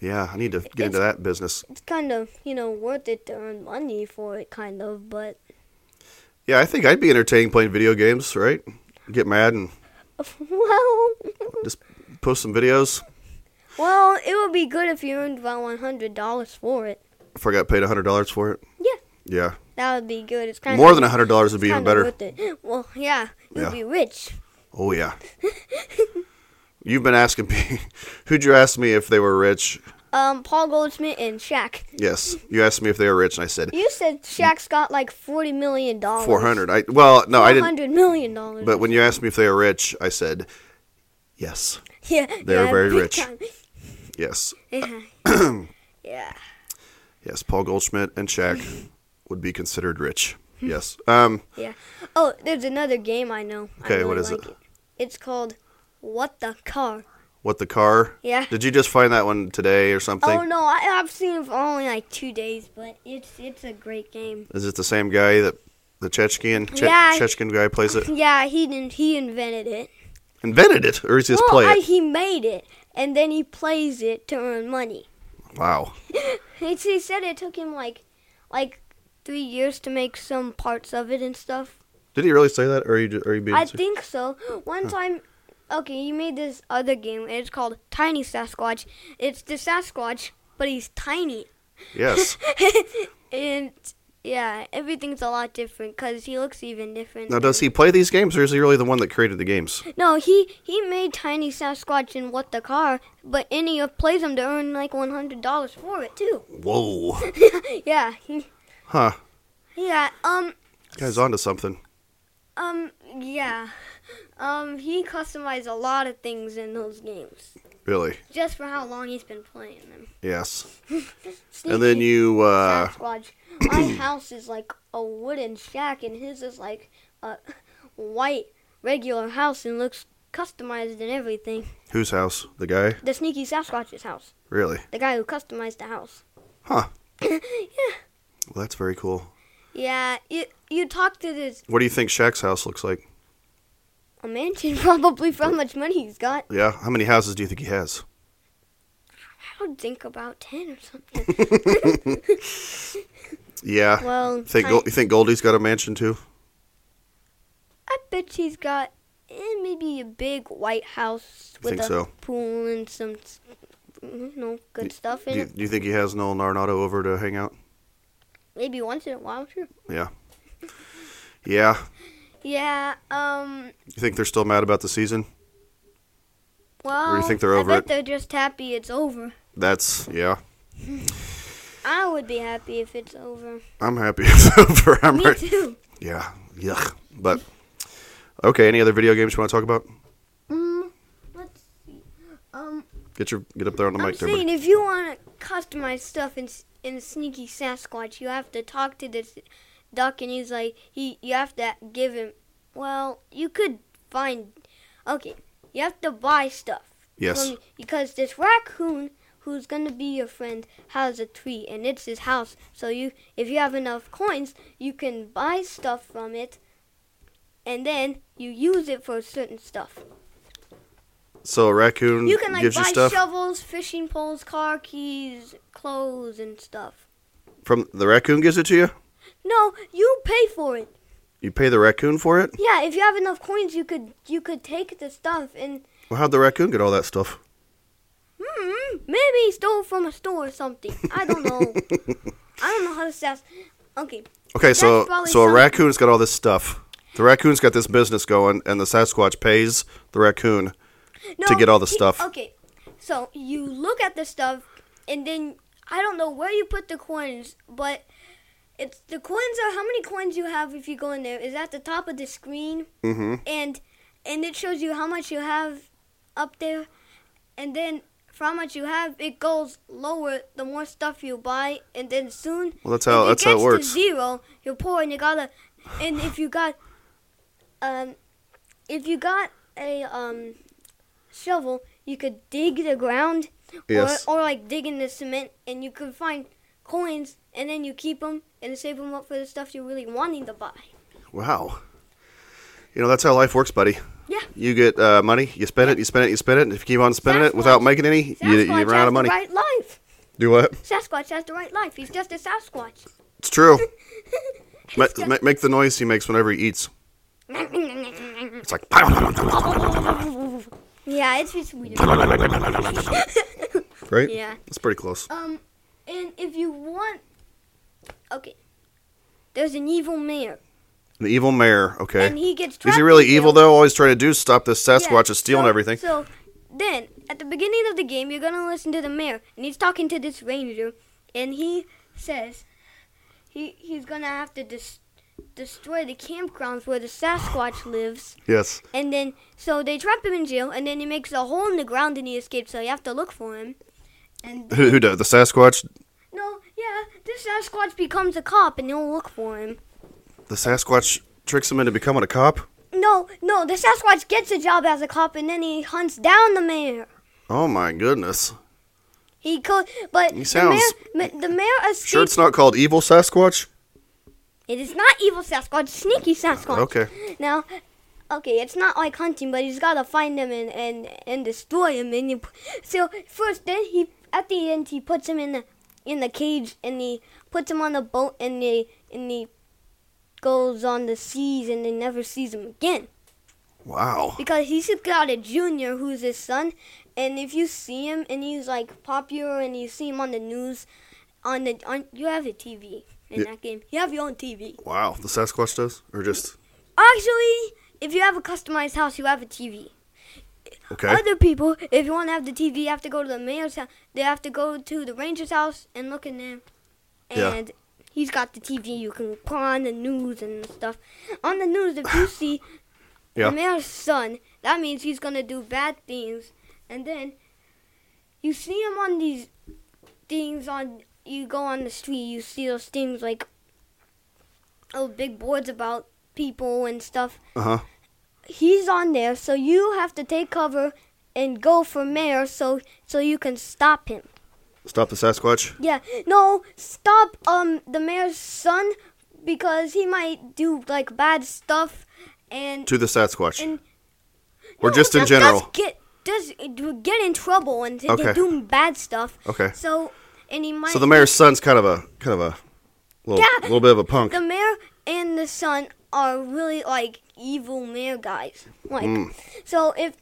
[SPEAKER 1] yeah. I need to get into that business.
[SPEAKER 2] It's kind of you know worth it to earn money for it, kind of. But
[SPEAKER 1] Yeah, I think I'd be entertained playing video games. Right? Get mad and
[SPEAKER 2] well,
[SPEAKER 1] just post some videos.
[SPEAKER 2] well, it would be good if you earned about one hundred dollars for it.
[SPEAKER 1] If I got paid hundred dollars for it.
[SPEAKER 2] Yeah.
[SPEAKER 1] Yeah,
[SPEAKER 2] That would be good. It's kind
[SPEAKER 1] more
[SPEAKER 2] of
[SPEAKER 1] than hundred dollars would be even better.
[SPEAKER 2] Worth it. Well, yeah, you'd
[SPEAKER 1] Yeah.
[SPEAKER 2] be rich.
[SPEAKER 1] Oh yeah. You've been asking me. Who'd you ask me if they were rich?
[SPEAKER 2] Um, Paul Goldsmith and Shaq.
[SPEAKER 1] Yes, you asked me if they were rich, and I said
[SPEAKER 2] You said Shaq's got like forty million dollars.
[SPEAKER 1] four hundred. I well, no, I
[SPEAKER 2] Four
[SPEAKER 1] didn't.
[SPEAKER 2] hundred million dollars.
[SPEAKER 1] But when you asked me if they were rich, I said yes,
[SPEAKER 2] yeah,
[SPEAKER 1] they're
[SPEAKER 2] yeah,
[SPEAKER 1] very
[SPEAKER 2] big
[SPEAKER 1] rich.
[SPEAKER 2] time.
[SPEAKER 1] yes,
[SPEAKER 2] Yeah. yeah.
[SPEAKER 1] yes. Paul Goldschmidt and Shaq would be considered rich. Yes. Um.
[SPEAKER 2] Yeah. Oh, there's another game I know. I
[SPEAKER 1] Okay,
[SPEAKER 2] really
[SPEAKER 1] what is
[SPEAKER 2] like
[SPEAKER 1] it?
[SPEAKER 2] It's called What the Car.
[SPEAKER 1] What the car?
[SPEAKER 2] Yeah.
[SPEAKER 1] Did you just find that one today or something?
[SPEAKER 2] Oh no, I, I've seen it for only like two days, but it's it's a great game.
[SPEAKER 1] Is it the same guy that the Chechkin che-
[SPEAKER 2] Oh. Yeah, I-
[SPEAKER 1] Chechkin guy plays it?
[SPEAKER 2] Yeah, he didn't. He invented it.
[SPEAKER 1] Invented it, or is he just
[SPEAKER 2] well,
[SPEAKER 1] play
[SPEAKER 2] I,
[SPEAKER 1] it?
[SPEAKER 2] he made it, and then he plays it to earn money.
[SPEAKER 1] Wow.
[SPEAKER 2] It's, he said it took him like, like three years to make some parts of it and stuff.
[SPEAKER 1] Did he really say that, or are you ju- are you being?
[SPEAKER 2] I
[SPEAKER 1] ser-
[SPEAKER 2] think so. One time, okay, he made this other game, and it's called Tiny Sasquatch. It's the Sasquatch, but he's tiny.
[SPEAKER 1] yes.
[SPEAKER 2] and yeah, everything's a lot different because he looks even different.
[SPEAKER 1] Now, does he play these games, or is he really the one that created the games?
[SPEAKER 2] No, he he made Tiny Sasquatch and What the Car, but and he plays them to earn like one hundred dollars for it too.
[SPEAKER 1] Whoa.
[SPEAKER 2] yeah,
[SPEAKER 1] Huh.
[SPEAKER 2] yeah. Um,
[SPEAKER 1] Guy's onto something.
[SPEAKER 2] um, yeah. Um, he customized a lot of things in those games
[SPEAKER 1] Really?
[SPEAKER 2] just for how long he's been playing them.
[SPEAKER 1] Yes. And
[SPEAKER 2] Mm-hmm.
[SPEAKER 1] then you, uh,
[SPEAKER 2] Sasquatch. My house is like a wooden shack, and his is like a white regular house and looks customized and everything.
[SPEAKER 1] whose house? The guy?
[SPEAKER 2] The sneaky Sasquatch's house.
[SPEAKER 1] Really?
[SPEAKER 2] The guy who customized the house.
[SPEAKER 1] Huh. Well, that's very cool.
[SPEAKER 2] Yeah, you you talk to this
[SPEAKER 1] What do you think Shaq's house looks like?
[SPEAKER 2] a mansion probably for how much money he's got.
[SPEAKER 1] Yeah. How many houses do you think he has?
[SPEAKER 2] I would think about ten or something.
[SPEAKER 1] Yeah.
[SPEAKER 2] Well,
[SPEAKER 1] think
[SPEAKER 2] I,
[SPEAKER 1] Gol- you think Goldie's got a mansion too?
[SPEAKER 2] I bet he's got eh, maybe a big white house with
[SPEAKER 1] Think
[SPEAKER 2] a
[SPEAKER 1] so.
[SPEAKER 2] pool and some s- you know good stuff in
[SPEAKER 1] Do you,
[SPEAKER 2] it.
[SPEAKER 1] do you think he has Nolan Arnato over to hang out?
[SPEAKER 2] Maybe once in a while, sure.
[SPEAKER 1] Yeah.
[SPEAKER 2] Yeah. Um.
[SPEAKER 1] You think they're still mad about the season?
[SPEAKER 2] Well,
[SPEAKER 1] think they're over
[SPEAKER 2] I bet
[SPEAKER 1] it?
[SPEAKER 2] they're just happy it's over.
[SPEAKER 1] That's yeah.
[SPEAKER 2] I would be happy if it's over.
[SPEAKER 1] I'm happy it's over. I'm
[SPEAKER 2] Me
[SPEAKER 1] ready.
[SPEAKER 2] too.
[SPEAKER 1] Yeah. Yuck. But okay. Any other video games you want to talk about?
[SPEAKER 2] Mm, let's see. Um,
[SPEAKER 1] Get your get up there on the
[SPEAKER 2] I'm
[SPEAKER 1] mic, there. buddy.
[SPEAKER 2] saying if you want to customize stuff in S- in Sneaky Sasquatch, you have to talk to this duck, and he's like, he you have to give him. Well, you could find. Okay, you have to buy stuff.
[SPEAKER 1] Yes.
[SPEAKER 2] from- because this raccoon who's gonna be your friend has a tree and it's his house. So you if you have enough coins, you can buy stuff from it and then you use it for certain stuff.
[SPEAKER 1] So a raccoon
[SPEAKER 2] You can like
[SPEAKER 1] gives
[SPEAKER 2] buy
[SPEAKER 1] you stuff
[SPEAKER 2] shovels, fishing poles, car keys, clothes and stuff.
[SPEAKER 1] from the raccoon gives it to you.
[SPEAKER 2] No, you pay for it.
[SPEAKER 1] You pay the raccoon for it.
[SPEAKER 2] Yeah, if you have enough coins you could you could take the stuff and
[SPEAKER 1] Well, how'd the raccoon get all that stuff?
[SPEAKER 2] hmm, maybe he stole from a store or something. I don't know. I don't know how to sass okay.
[SPEAKER 1] Okay, so
[SPEAKER 2] That's probably
[SPEAKER 1] so a
[SPEAKER 2] some-
[SPEAKER 1] raccoon's got all this stuff. The raccoon's got this business going, and the Sasquatch pays the raccoon. to get all the
[SPEAKER 2] he-
[SPEAKER 1] stuff.
[SPEAKER 2] Okay, so you look at the stuff, and then I don't know where you put the coins, but it's the coins are how many coins you have if you go in there is at the top of the screen,
[SPEAKER 1] Mm-hmm.
[SPEAKER 2] and and it shows you how much you have up there, and then for how much you have, it goes lower the more stuff you buy, and then soon
[SPEAKER 1] Well, that's how
[SPEAKER 2] if
[SPEAKER 1] that's how it
[SPEAKER 2] gets
[SPEAKER 1] works.
[SPEAKER 2] To zero, you're poor, and you gotta. And if you got, um, if you got a um, shovel, you could dig the ground,
[SPEAKER 1] Yes.
[SPEAKER 2] or or like dig in the cement, and you could find coins, and then you keep them and save them up for the stuff you're really wanting to buy.
[SPEAKER 1] Wow. You know that's how life works, buddy.
[SPEAKER 2] Yeah.
[SPEAKER 1] You get uh, money, you spend it, you spend it, you spend it. And if you keep on spending it without
[SPEAKER 2] Sasquatch.
[SPEAKER 1] making any, you,
[SPEAKER 2] Sasquatch
[SPEAKER 1] you run
[SPEAKER 2] has
[SPEAKER 1] out of money.
[SPEAKER 2] the right life.
[SPEAKER 1] Do what?
[SPEAKER 2] Sasquatch has the right life. He's just a Sasquatch.
[SPEAKER 1] It's true. Ma- ma- make the noise he makes whenever he eats. It's like.
[SPEAKER 2] yeah, it's just weird.
[SPEAKER 1] Right?
[SPEAKER 2] Yeah.
[SPEAKER 1] It's pretty close.
[SPEAKER 2] Um, and if you want, okay, there's an evil mayor,
[SPEAKER 1] The evil mayor.
[SPEAKER 2] and
[SPEAKER 1] Okay.
[SPEAKER 2] he gets trapped.
[SPEAKER 1] Is he really
[SPEAKER 2] in jail.
[SPEAKER 1] evil though? All he's trying to do is stop this
[SPEAKER 2] Yeah,
[SPEAKER 1] Sasquatch is stealing
[SPEAKER 2] so-
[SPEAKER 1] everything.
[SPEAKER 2] So then, at the beginning of the game, you're gonna listen to the mayor, and he's talking to this ranger, and he says he he's gonna have to dis- destroy the campgrounds where the Sasquatch lives.
[SPEAKER 1] Yes.
[SPEAKER 2] And then, so they trap him in jail, and then he makes a hole in the ground and he escapes, so you have to look for him. And
[SPEAKER 1] Who, who does the Sasquatch?
[SPEAKER 2] no, yeah, this Sasquatch becomes a cop and he'll look for him.
[SPEAKER 1] The Sasquatch tricks him into becoming a cop.
[SPEAKER 2] No, no, the Sasquatch gets a job as a cop and then he hunts down the mayor.
[SPEAKER 1] Oh my goodness!
[SPEAKER 2] He co- but
[SPEAKER 1] He sounds-
[SPEAKER 2] the mayor, ma- the mayor escapes.
[SPEAKER 1] Sure, it's not called evil Sasquatch.
[SPEAKER 2] It is not evil Sasquatch, sneaky Sasquatch.
[SPEAKER 1] Okay.
[SPEAKER 2] Now, okay, it's not like hunting, but he's gotta find him and and and destroy him. And you, so first, then he at the end he puts him in the in the cage and he puts him on the boat and he and he goes on the seas and they never sees him again
[SPEAKER 1] Wow.
[SPEAKER 2] because he's got a junior who's his son and if you see him and he's like popular and you see him on the news on the on you have a tv in
[SPEAKER 1] Yeah.
[SPEAKER 2] that game you have your own tv
[SPEAKER 1] Wow. The Sasquatch does, or just
[SPEAKER 2] Actually, if you have a customized house, you have a TV.
[SPEAKER 1] okay.
[SPEAKER 2] Other people, if you want to have the TV, you have to go to the mayor's house. They have to go to the ranger's house and look in there.
[SPEAKER 1] Yeah.
[SPEAKER 2] And he's got the TV. You can put on the news and stuff. On the news, if you see
[SPEAKER 1] Yeah.
[SPEAKER 2] the mayor's son, that means he's going to do bad things. And then you see him on these things on. You go on the street, you see those things like. Oh, big boards about people and stuff
[SPEAKER 1] Uh huh.
[SPEAKER 2] he's on there, so you have to take cover and go for mayor so so you can stop him.
[SPEAKER 1] Stop the Sasquatch.
[SPEAKER 2] Yeah. No, stop um the mayor's son because he might do like bad stuff and
[SPEAKER 1] To the Sasquatch.
[SPEAKER 2] and
[SPEAKER 1] or
[SPEAKER 2] No,
[SPEAKER 1] just in general.
[SPEAKER 2] Just get just get in trouble and to
[SPEAKER 1] Okay.
[SPEAKER 2] get doing bad stuff.
[SPEAKER 1] Okay.
[SPEAKER 2] So and he might
[SPEAKER 1] So the mayor's son's kind of a kind of a little,
[SPEAKER 2] Yeah.
[SPEAKER 1] little bit of a punk.
[SPEAKER 2] the mayor and the son are really like evil mayor guys. Like so if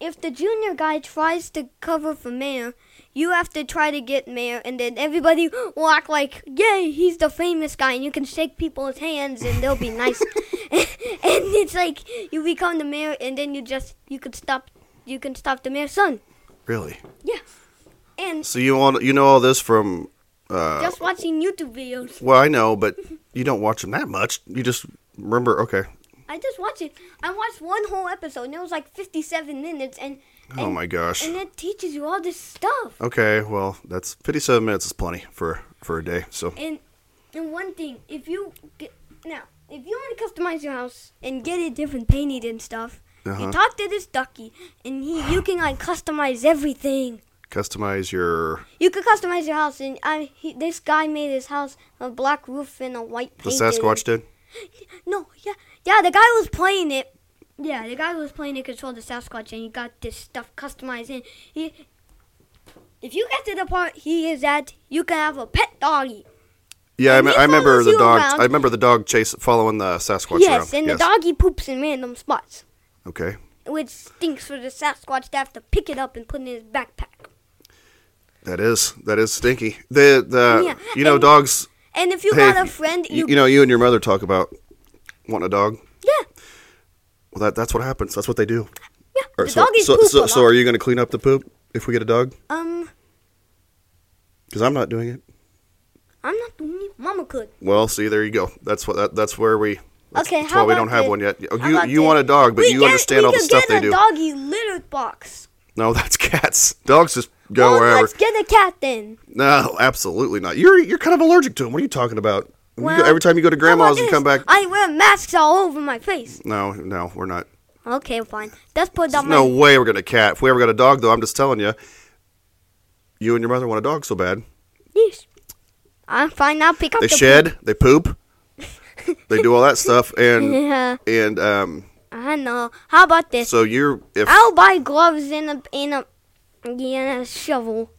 [SPEAKER 2] if the junior guy tries to cover for mayor, you have to try to get mayor and then everybody will act like, Yay, he's the famous guy and you can shake people's hands and they'll be nice. and it's like you become the mayor and then you just you could stop you can stop the mayor's son.
[SPEAKER 1] Really?
[SPEAKER 2] Yeah. And
[SPEAKER 1] So you want you know all this from? Uh,
[SPEAKER 2] just watching YouTube videos.
[SPEAKER 1] well, I know, but you don't watch them that much. You just remember. Okay.
[SPEAKER 2] I just watched it. I watched one whole episode, and it was like 57 minutes, and
[SPEAKER 1] Oh
[SPEAKER 2] and,
[SPEAKER 1] my gosh.
[SPEAKER 2] and it teaches you all this stuff.
[SPEAKER 1] Okay. Well, that's fifty-seven minutes is plenty for for a day. So
[SPEAKER 2] And and one thing, if you get now, if you want to customize your house and get it different painted and stuff,
[SPEAKER 1] Uh-huh.
[SPEAKER 2] you talk to this ducky, and he you can like customize everything.
[SPEAKER 1] customize your
[SPEAKER 2] You could customize your house, and I he, this guy made his house a black roof and a white.
[SPEAKER 1] the
[SPEAKER 2] Painted.
[SPEAKER 1] Sasquatch did.
[SPEAKER 2] No, yeah, yeah. The guy was playing it. Yeah, the guy who was playing it controlled the Sasquatch, and he got this stuff customized. And he, if you get to the part he is at, you can have a pet doggy.
[SPEAKER 1] Yeah, I,
[SPEAKER 2] And
[SPEAKER 1] me-
[SPEAKER 2] he
[SPEAKER 1] I remember
[SPEAKER 2] follows
[SPEAKER 1] the
[SPEAKER 2] you
[SPEAKER 1] dog.
[SPEAKER 2] around.
[SPEAKER 1] I remember the dog chase following the Sasquatch
[SPEAKER 2] yes,
[SPEAKER 1] around.
[SPEAKER 2] and the doggy poops in random spots,
[SPEAKER 1] Okay.
[SPEAKER 2] which stinks for the Sasquatch to have to pick it up and put it in his backpack.
[SPEAKER 1] That is that is stinky. The the
[SPEAKER 2] Yeah,
[SPEAKER 1] you know
[SPEAKER 2] and-
[SPEAKER 1] dogs.
[SPEAKER 2] And if you
[SPEAKER 1] hey,
[SPEAKER 2] got a friend,
[SPEAKER 1] you,
[SPEAKER 2] you,
[SPEAKER 1] you know you and your mother talk about wanting a dog.
[SPEAKER 2] yeah,
[SPEAKER 1] Well, that that's what happens. That's what they do.
[SPEAKER 2] yeah.
[SPEAKER 1] All right,
[SPEAKER 2] the
[SPEAKER 1] so,
[SPEAKER 2] doggies
[SPEAKER 1] so,
[SPEAKER 2] poop
[SPEAKER 1] so,
[SPEAKER 2] a
[SPEAKER 1] so
[SPEAKER 2] lot.
[SPEAKER 1] are you going to clean up the poop if we get a dog?
[SPEAKER 2] um,
[SPEAKER 1] Because I'm not doing it.
[SPEAKER 2] I'm not doing it. Mama could.
[SPEAKER 1] Well, see, there you go. That's what that, that's where we. That's,
[SPEAKER 2] okay,
[SPEAKER 1] that's
[SPEAKER 2] how
[SPEAKER 1] why we
[SPEAKER 2] about
[SPEAKER 1] don't have
[SPEAKER 2] the-
[SPEAKER 1] one yet.
[SPEAKER 2] how
[SPEAKER 1] You
[SPEAKER 2] about
[SPEAKER 1] you
[SPEAKER 2] the-
[SPEAKER 1] want a dog, but
[SPEAKER 2] we
[SPEAKER 1] you
[SPEAKER 2] get-
[SPEAKER 1] understand
[SPEAKER 2] we
[SPEAKER 1] all the
[SPEAKER 2] could
[SPEAKER 1] stuff
[SPEAKER 2] get
[SPEAKER 1] they
[SPEAKER 2] a
[SPEAKER 1] do.
[SPEAKER 2] doggy litter box.
[SPEAKER 1] No, that's cats. Dogs just go
[SPEAKER 2] Well,
[SPEAKER 1] wherever.
[SPEAKER 2] let's get a cat then.
[SPEAKER 1] No, absolutely not. You're you're kind of allergic to them. What are you talking about? When you go-
[SPEAKER 2] Well,
[SPEAKER 1] every time you go to
[SPEAKER 2] How about
[SPEAKER 1] grandma's and come
[SPEAKER 2] this?
[SPEAKER 1] back.
[SPEAKER 2] I wear masks all over my face.
[SPEAKER 1] No, no, we're not.
[SPEAKER 2] Okay, fine. Let's put down
[SPEAKER 1] No
[SPEAKER 2] my.
[SPEAKER 1] way we're gonna cat. If we ever got a dog, though, I'm just telling you. You and your mother want a dog so bad.
[SPEAKER 2] Yes. I'm fine. I'll pick up
[SPEAKER 1] They
[SPEAKER 2] the.
[SPEAKER 1] shed, they poop, they do all that stuff, and
[SPEAKER 2] Yeah,
[SPEAKER 1] and um.
[SPEAKER 2] I know. How about this?
[SPEAKER 1] So you're if
[SPEAKER 2] I'll buy gloves and a and a and a shovel.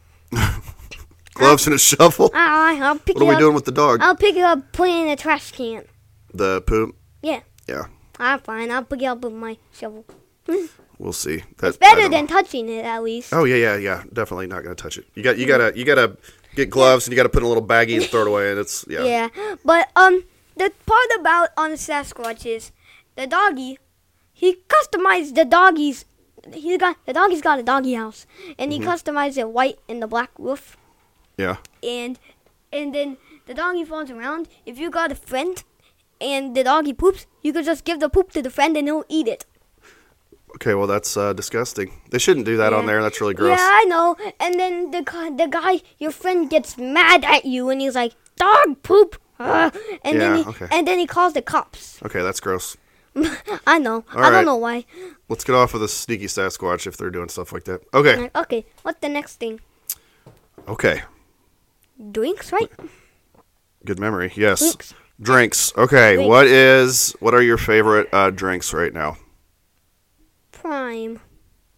[SPEAKER 1] gloves and a shovel.
[SPEAKER 2] I, I'll pick
[SPEAKER 1] What are
[SPEAKER 2] it
[SPEAKER 1] we
[SPEAKER 2] up.
[SPEAKER 1] doing with the dog?
[SPEAKER 2] I'll pick it up, put it in a trash can.
[SPEAKER 1] The poop.
[SPEAKER 2] Yeah.
[SPEAKER 1] Yeah,
[SPEAKER 2] I'm fine. I'll pick it up with my shovel.
[SPEAKER 1] we'll see. That's
[SPEAKER 2] Better than touching it, at least.
[SPEAKER 1] Oh yeah, yeah, yeah. Definitely not gonna touch it. You got you gotta you gotta get gloves and you gotta put in a little baggie and throw it away. And it's yeah.
[SPEAKER 2] Yeah, but um, the part about on the Sasquatch is the doggy. He customized the doggies. He got the doggy's got a doggy house, and
[SPEAKER 1] Mm-hmm.
[SPEAKER 2] he customized it white and the black roof,
[SPEAKER 1] Yeah.
[SPEAKER 2] and and then the doggy falls around. If you got a friend, and the doggy poops, you could just give the poop to the friend, and he'll eat it.
[SPEAKER 1] Okay, well that's uh, disgusting. They shouldn't do that on
[SPEAKER 2] Yeah.
[SPEAKER 1] there. That's really gross.
[SPEAKER 2] Yeah, I know. And then the gu- the guy, your friend, gets mad at you, and he's like, "Dog poop." Ugh." And then
[SPEAKER 1] Yeah,
[SPEAKER 2] he,
[SPEAKER 1] okay.
[SPEAKER 2] and then he calls the cops.
[SPEAKER 1] Okay, that's gross.
[SPEAKER 2] I know.
[SPEAKER 1] All
[SPEAKER 2] I
[SPEAKER 1] right.
[SPEAKER 2] don't know why.
[SPEAKER 1] Let's get off of the sneaky Sasquatch if they're doing stuff like that. Okay.
[SPEAKER 2] Like, okay, what's the next thing?
[SPEAKER 1] Okay.
[SPEAKER 2] Drinks, right?
[SPEAKER 1] Good memory. Yes.
[SPEAKER 2] Drinks.
[SPEAKER 1] Drinks. Okay.
[SPEAKER 2] Drinks.
[SPEAKER 1] What is what are your favorite uh, drinks right now?
[SPEAKER 2] Prime.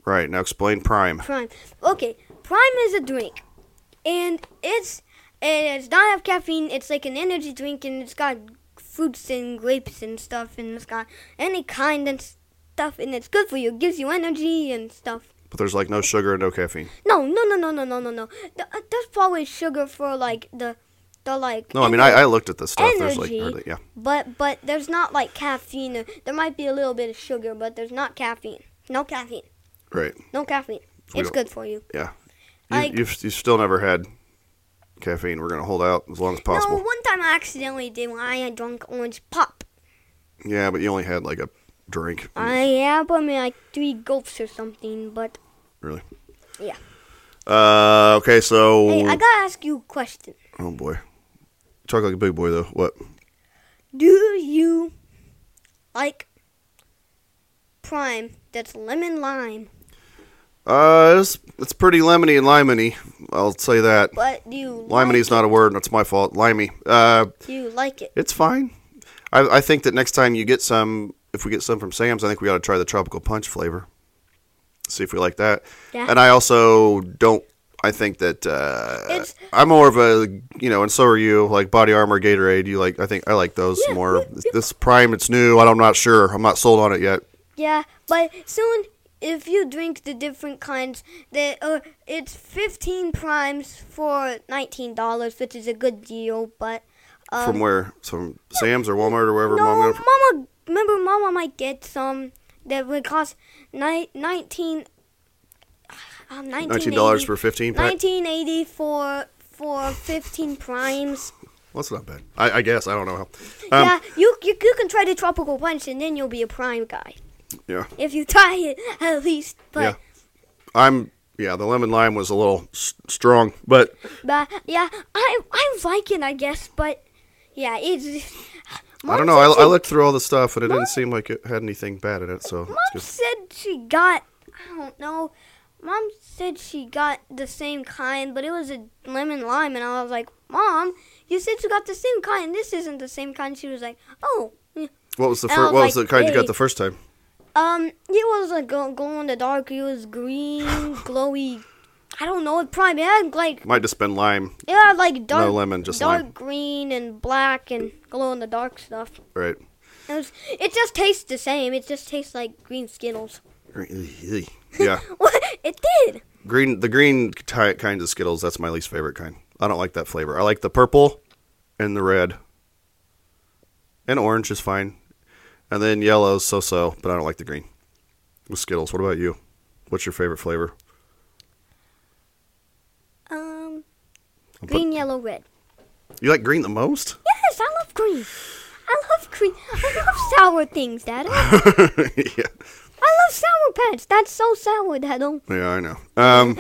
[SPEAKER 1] Right now, explain Prime.
[SPEAKER 2] Prime. Okay, Prime is a drink, and it's it does not have caffeine. It's like an energy drink, and it's got fruits and grapes and stuff, and it's got any kind and stuff, and it's good for you. It gives you energy and stuff.
[SPEAKER 1] But there's like no sugar and no caffeine.
[SPEAKER 2] No, no, no, no, no, no, no, no. Th- uh, There's probably sugar for like the the like.
[SPEAKER 1] No, I mean I, I looked at this stuff. There's like
[SPEAKER 2] Energy.
[SPEAKER 1] hardly, yeah.
[SPEAKER 2] But but there's not like caffeine. There might be a little bit of sugar, but there's not caffeine. No caffeine.
[SPEAKER 1] Right.
[SPEAKER 2] No caffeine.
[SPEAKER 1] We
[SPEAKER 2] it's
[SPEAKER 1] don't-
[SPEAKER 2] good for you.
[SPEAKER 1] Yeah. You,
[SPEAKER 2] Like-
[SPEAKER 1] you've you've still never had caffeine. We're gonna hold out as long as possible.
[SPEAKER 2] No, one time I accidentally did when I had drunk orange pop.
[SPEAKER 1] Yeah, but you only had like a drink.
[SPEAKER 2] I had probably like three gulps or something, but
[SPEAKER 1] really.
[SPEAKER 2] yeah.
[SPEAKER 1] Uh. Okay. So.
[SPEAKER 2] Hey, I gotta ask you a question.
[SPEAKER 1] oh boy. Talk like a big boy though. What?
[SPEAKER 2] Do you like prime that's lemon lime,
[SPEAKER 1] Uh, it's, it's pretty lemony and limey. I'll say that.
[SPEAKER 2] but do you
[SPEAKER 1] Limony's not a word. That's my fault. Limey. Uh,
[SPEAKER 2] like, do you like it?
[SPEAKER 1] it's fine. I, I think that next time you get some, if we get some from Sam's, I think we ought to try the tropical punch flavor. See if we like that.
[SPEAKER 2] Yeah.
[SPEAKER 1] And I also don't. I think that uh,
[SPEAKER 2] It's-
[SPEAKER 1] I'm more of a you know, and so are you. Like body armor, Gatorade. You like? I think I like those
[SPEAKER 2] Yeah,
[SPEAKER 1] more.
[SPEAKER 2] yeah,
[SPEAKER 1] This Prime, it's new. I'm not sure. I'm not sold on it yet.
[SPEAKER 2] Yeah, but soon if you drink the different kinds, that uh, it's fifteen primes for nineteen dollars, which is a good deal. But um,
[SPEAKER 1] from where? From Sam's or Walmart or wherever.
[SPEAKER 2] no,
[SPEAKER 1] Mom
[SPEAKER 2] mama,
[SPEAKER 1] got it
[SPEAKER 2] remember mama might get some that would cost ni- nineteen. Uh,
[SPEAKER 1] from? Nineteen dollars for fifteen pack.
[SPEAKER 2] nineteen eighty for for fifteen primes.
[SPEAKER 1] Well, that's not bad. I, I guess I don't know how. Um,
[SPEAKER 2] yeah, you, you you can try the tropical punch and then you'll be a prime guy
[SPEAKER 1] yeah.
[SPEAKER 2] if you try it at least. But
[SPEAKER 1] Yeah. I'm yeah, the lemon lime was a little s- strong, but
[SPEAKER 2] But yeah, I I like it, I guess. But yeah, it's.
[SPEAKER 1] I
[SPEAKER 2] Mom
[SPEAKER 1] don't know. I,
[SPEAKER 2] said
[SPEAKER 1] I
[SPEAKER 2] she-
[SPEAKER 1] looked through all the stuff and it
[SPEAKER 2] Mom-
[SPEAKER 1] didn't seem like it had anything bad in it. So it's
[SPEAKER 2] Mom
[SPEAKER 1] good.
[SPEAKER 2] said she got. I don't know. Mom said she got the same kind, but it was a lemon lime, and I was like, "Mom, you said you got the same kind. This isn't the same kind." She was like, "Oh, yeah."
[SPEAKER 1] what was the
[SPEAKER 2] and I
[SPEAKER 1] first?
[SPEAKER 2] was
[SPEAKER 1] What was the
[SPEAKER 2] like,
[SPEAKER 1] kind you got
[SPEAKER 2] "Hey."
[SPEAKER 1] the first time?
[SPEAKER 2] um, it was like glow, glow in the dark. It was green, glowy. I don't know. It probably had like
[SPEAKER 1] Might just been lime,
[SPEAKER 2] it had like dark,
[SPEAKER 1] lemon, just
[SPEAKER 2] dark
[SPEAKER 1] lime.
[SPEAKER 2] green and black and glow in the dark stuff."
[SPEAKER 1] right?
[SPEAKER 2] It, was, it just tastes the same. It just tastes like green Skittles.
[SPEAKER 1] Yeah,
[SPEAKER 2] What? It did.
[SPEAKER 1] green. The green ty- kinds of Skittles. That's my least favorite kind. I don't like that flavor. I like the purple, and the red, and orange is fine, and then yellow's so so. But I don't like the green with Skittles. What about you? What's your favorite flavor?
[SPEAKER 2] Um,
[SPEAKER 1] I'll put-
[SPEAKER 2] green, yellow, red.
[SPEAKER 1] You like green the most?
[SPEAKER 2] Yes, I love green. I love green. I love sour things, Dad. I
[SPEAKER 1] yeah.
[SPEAKER 2] love sour patch. That's so sour, Dad.
[SPEAKER 1] Yeah, I know. Um,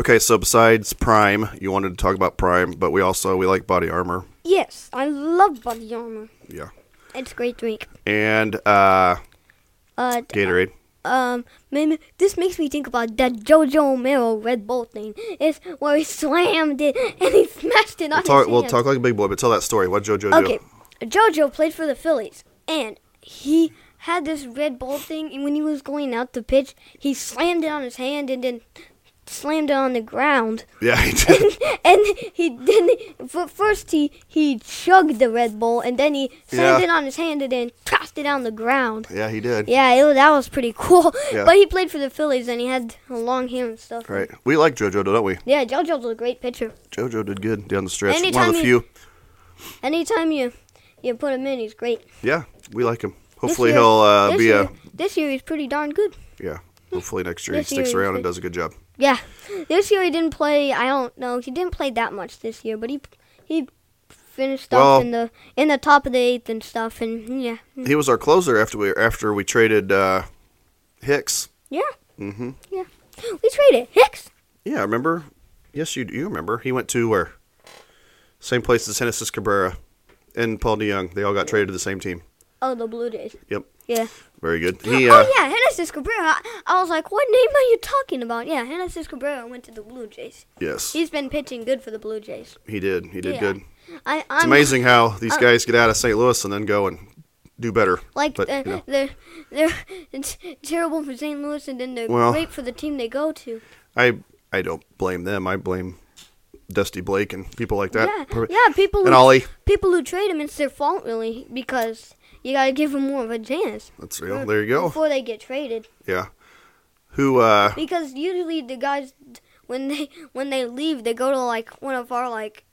[SPEAKER 1] Okay, so besides Prime, you wanted to talk about Prime, but we also we like body armor.
[SPEAKER 2] Yes, I love body armor.
[SPEAKER 1] Yeah.
[SPEAKER 2] It's a great drink.
[SPEAKER 1] And uh
[SPEAKER 2] Uh, d-
[SPEAKER 1] Gatorade.
[SPEAKER 2] um, man, this makes me think about that JoJo Romero Red Bull thing. It's where he slammed it and he smashed it on
[SPEAKER 1] Talk,
[SPEAKER 2] his
[SPEAKER 1] well,
[SPEAKER 2] hand.
[SPEAKER 1] talk like a big boy, but tell that story. What JoJo
[SPEAKER 2] Okay,
[SPEAKER 1] do?
[SPEAKER 2] JoJo played for the Phillies, and he had this red ball thing, and when he was going out to pitch, he slammed it on his hand and then slammed it on the ground.
[SPEAKER 1] Yeah, he did.
[SPEAKER 2] and he didn't. For first, he he chugged the red ball, and then he slammed
[SPEAKER 1] Yeah.
[SPEAKER 2] it on his hand and then tossed it on the ground.
[SPEAKER 1] yeah, he did.
[SPEAKER 2] Yeah, it, was- that was pretty cool.
[SPEAKER 1] Yeah.
[SPEAKER 2] But he played for the Phillies, and he had a long hair and stuff.
[SPEAKER 1] Right. We like JoJo, don't we?
[SPEAKER 2] Yeah, JoJo's a great pitcher.
[SPEAKER 1] JoJo did good down the stretch. One
[SPEAKER 2] Anytime
[SPEAKER 1] of the
[SPEAKER 2] you-
[SPEAKER 1] few.
[SPEAKER 2] Anytime you you put him in, he's great.
[SPEAKER 1] Yeah, we like him.
[SPEAKER 2] This
[SPEAKER 1] Hopefully
[SPEAKER 2] year-
[SPEAKER 1] he'll uh,
[SPEAKER 2] this
[SPEAKER 1] be
[SPEAKER 2] year,
[SPEAKER 1] a
[SPEAKER 2] This year he's pretty darn good.
[SPEAKER 1] yeah. Hopefully next year he
[SPEAKER 2] this year
[SPEAKER 1] sticks
[SPEAKER 2] he's
[SPEAKER 1] around
[SPEAKER 2] good. Mm-hmm.
[SPEAKER 1] and does a good job.
[SPEAKER 2] Yeah, this year he didn't play. I don't know. He didn't play that much this year, but he he finished
[SPEAKER 1] Well-
[SPEAKER 2] off in the in the top of the eighth and stuff. And yeah,
[SPEAKER 1] He was our closer after we after we traded uh, Hicks.
[SPEAKER 2] yeah,
[SPEAKER 1] Mm-hmm.
[SPEAKER 2] we traded Hicks.
[SPEAKER 1] Yeah, I remember. Yes, you you remember. He went to where? Same place as Genesis Cabrera and Paul DeYoung. They all got traded to the same team.
[SPEAKER 2] Oh, the Blue Jays.
[SPEAKER 1] Yep.
[SPEAKER 2] Yeah.
[SPEAKER 1] Very good. He, uh,
[SPEAKER 2] Oh yeah, Genesis Cabrera. I, I was like, what name are you talking about? Yeah, Genesis Cabrera went to the Blue Jays.
[SPEAKER 1] Yes,
[SPEAKER 2] He's been pitching good for the Blue Jays.
[SPEAKER 1] he did. He did
[SPEAKER 2] Yeah.
[SPEAKER 1] good.
[SPEAKER 2] I, I'm
[SPEAKER 1] It's amazing how these
[SPEAKER 2] I'm-
[SPEAKER 1] guys get out of St. Louis and then go and do better.
[SPEAKER 2] Like
[SPEAKER 1] But,
[SPEAKER 2] they're,
[SPEAKER 1] you know.
[SPEAKER 2] they're they're it's terrible for St. Louis, and then they're
[SPEAKER 1] Well-
[SPEAKER 2] great for the team they go to.
[SPEAKER 1] I I don't blame them. I blame Dusty Blake and people like that.
[SPEAKER 2] yeah, yeah. People
[SPEAKER 1] And
[SPEAKER 2] who
[SPEAKER 1] Ollie.
[SPEAKER 2] people who trade him, it's their fault really because you gotta give them more of a chance.
[SPEAKER 1] That's real. There you go.
[SPEAKER 2] Before they get traded,
[SPEAKER 1] Yeah. Who? uh
[SPEAKER 2] because usually the guys when they when they leave, they go to like one of our like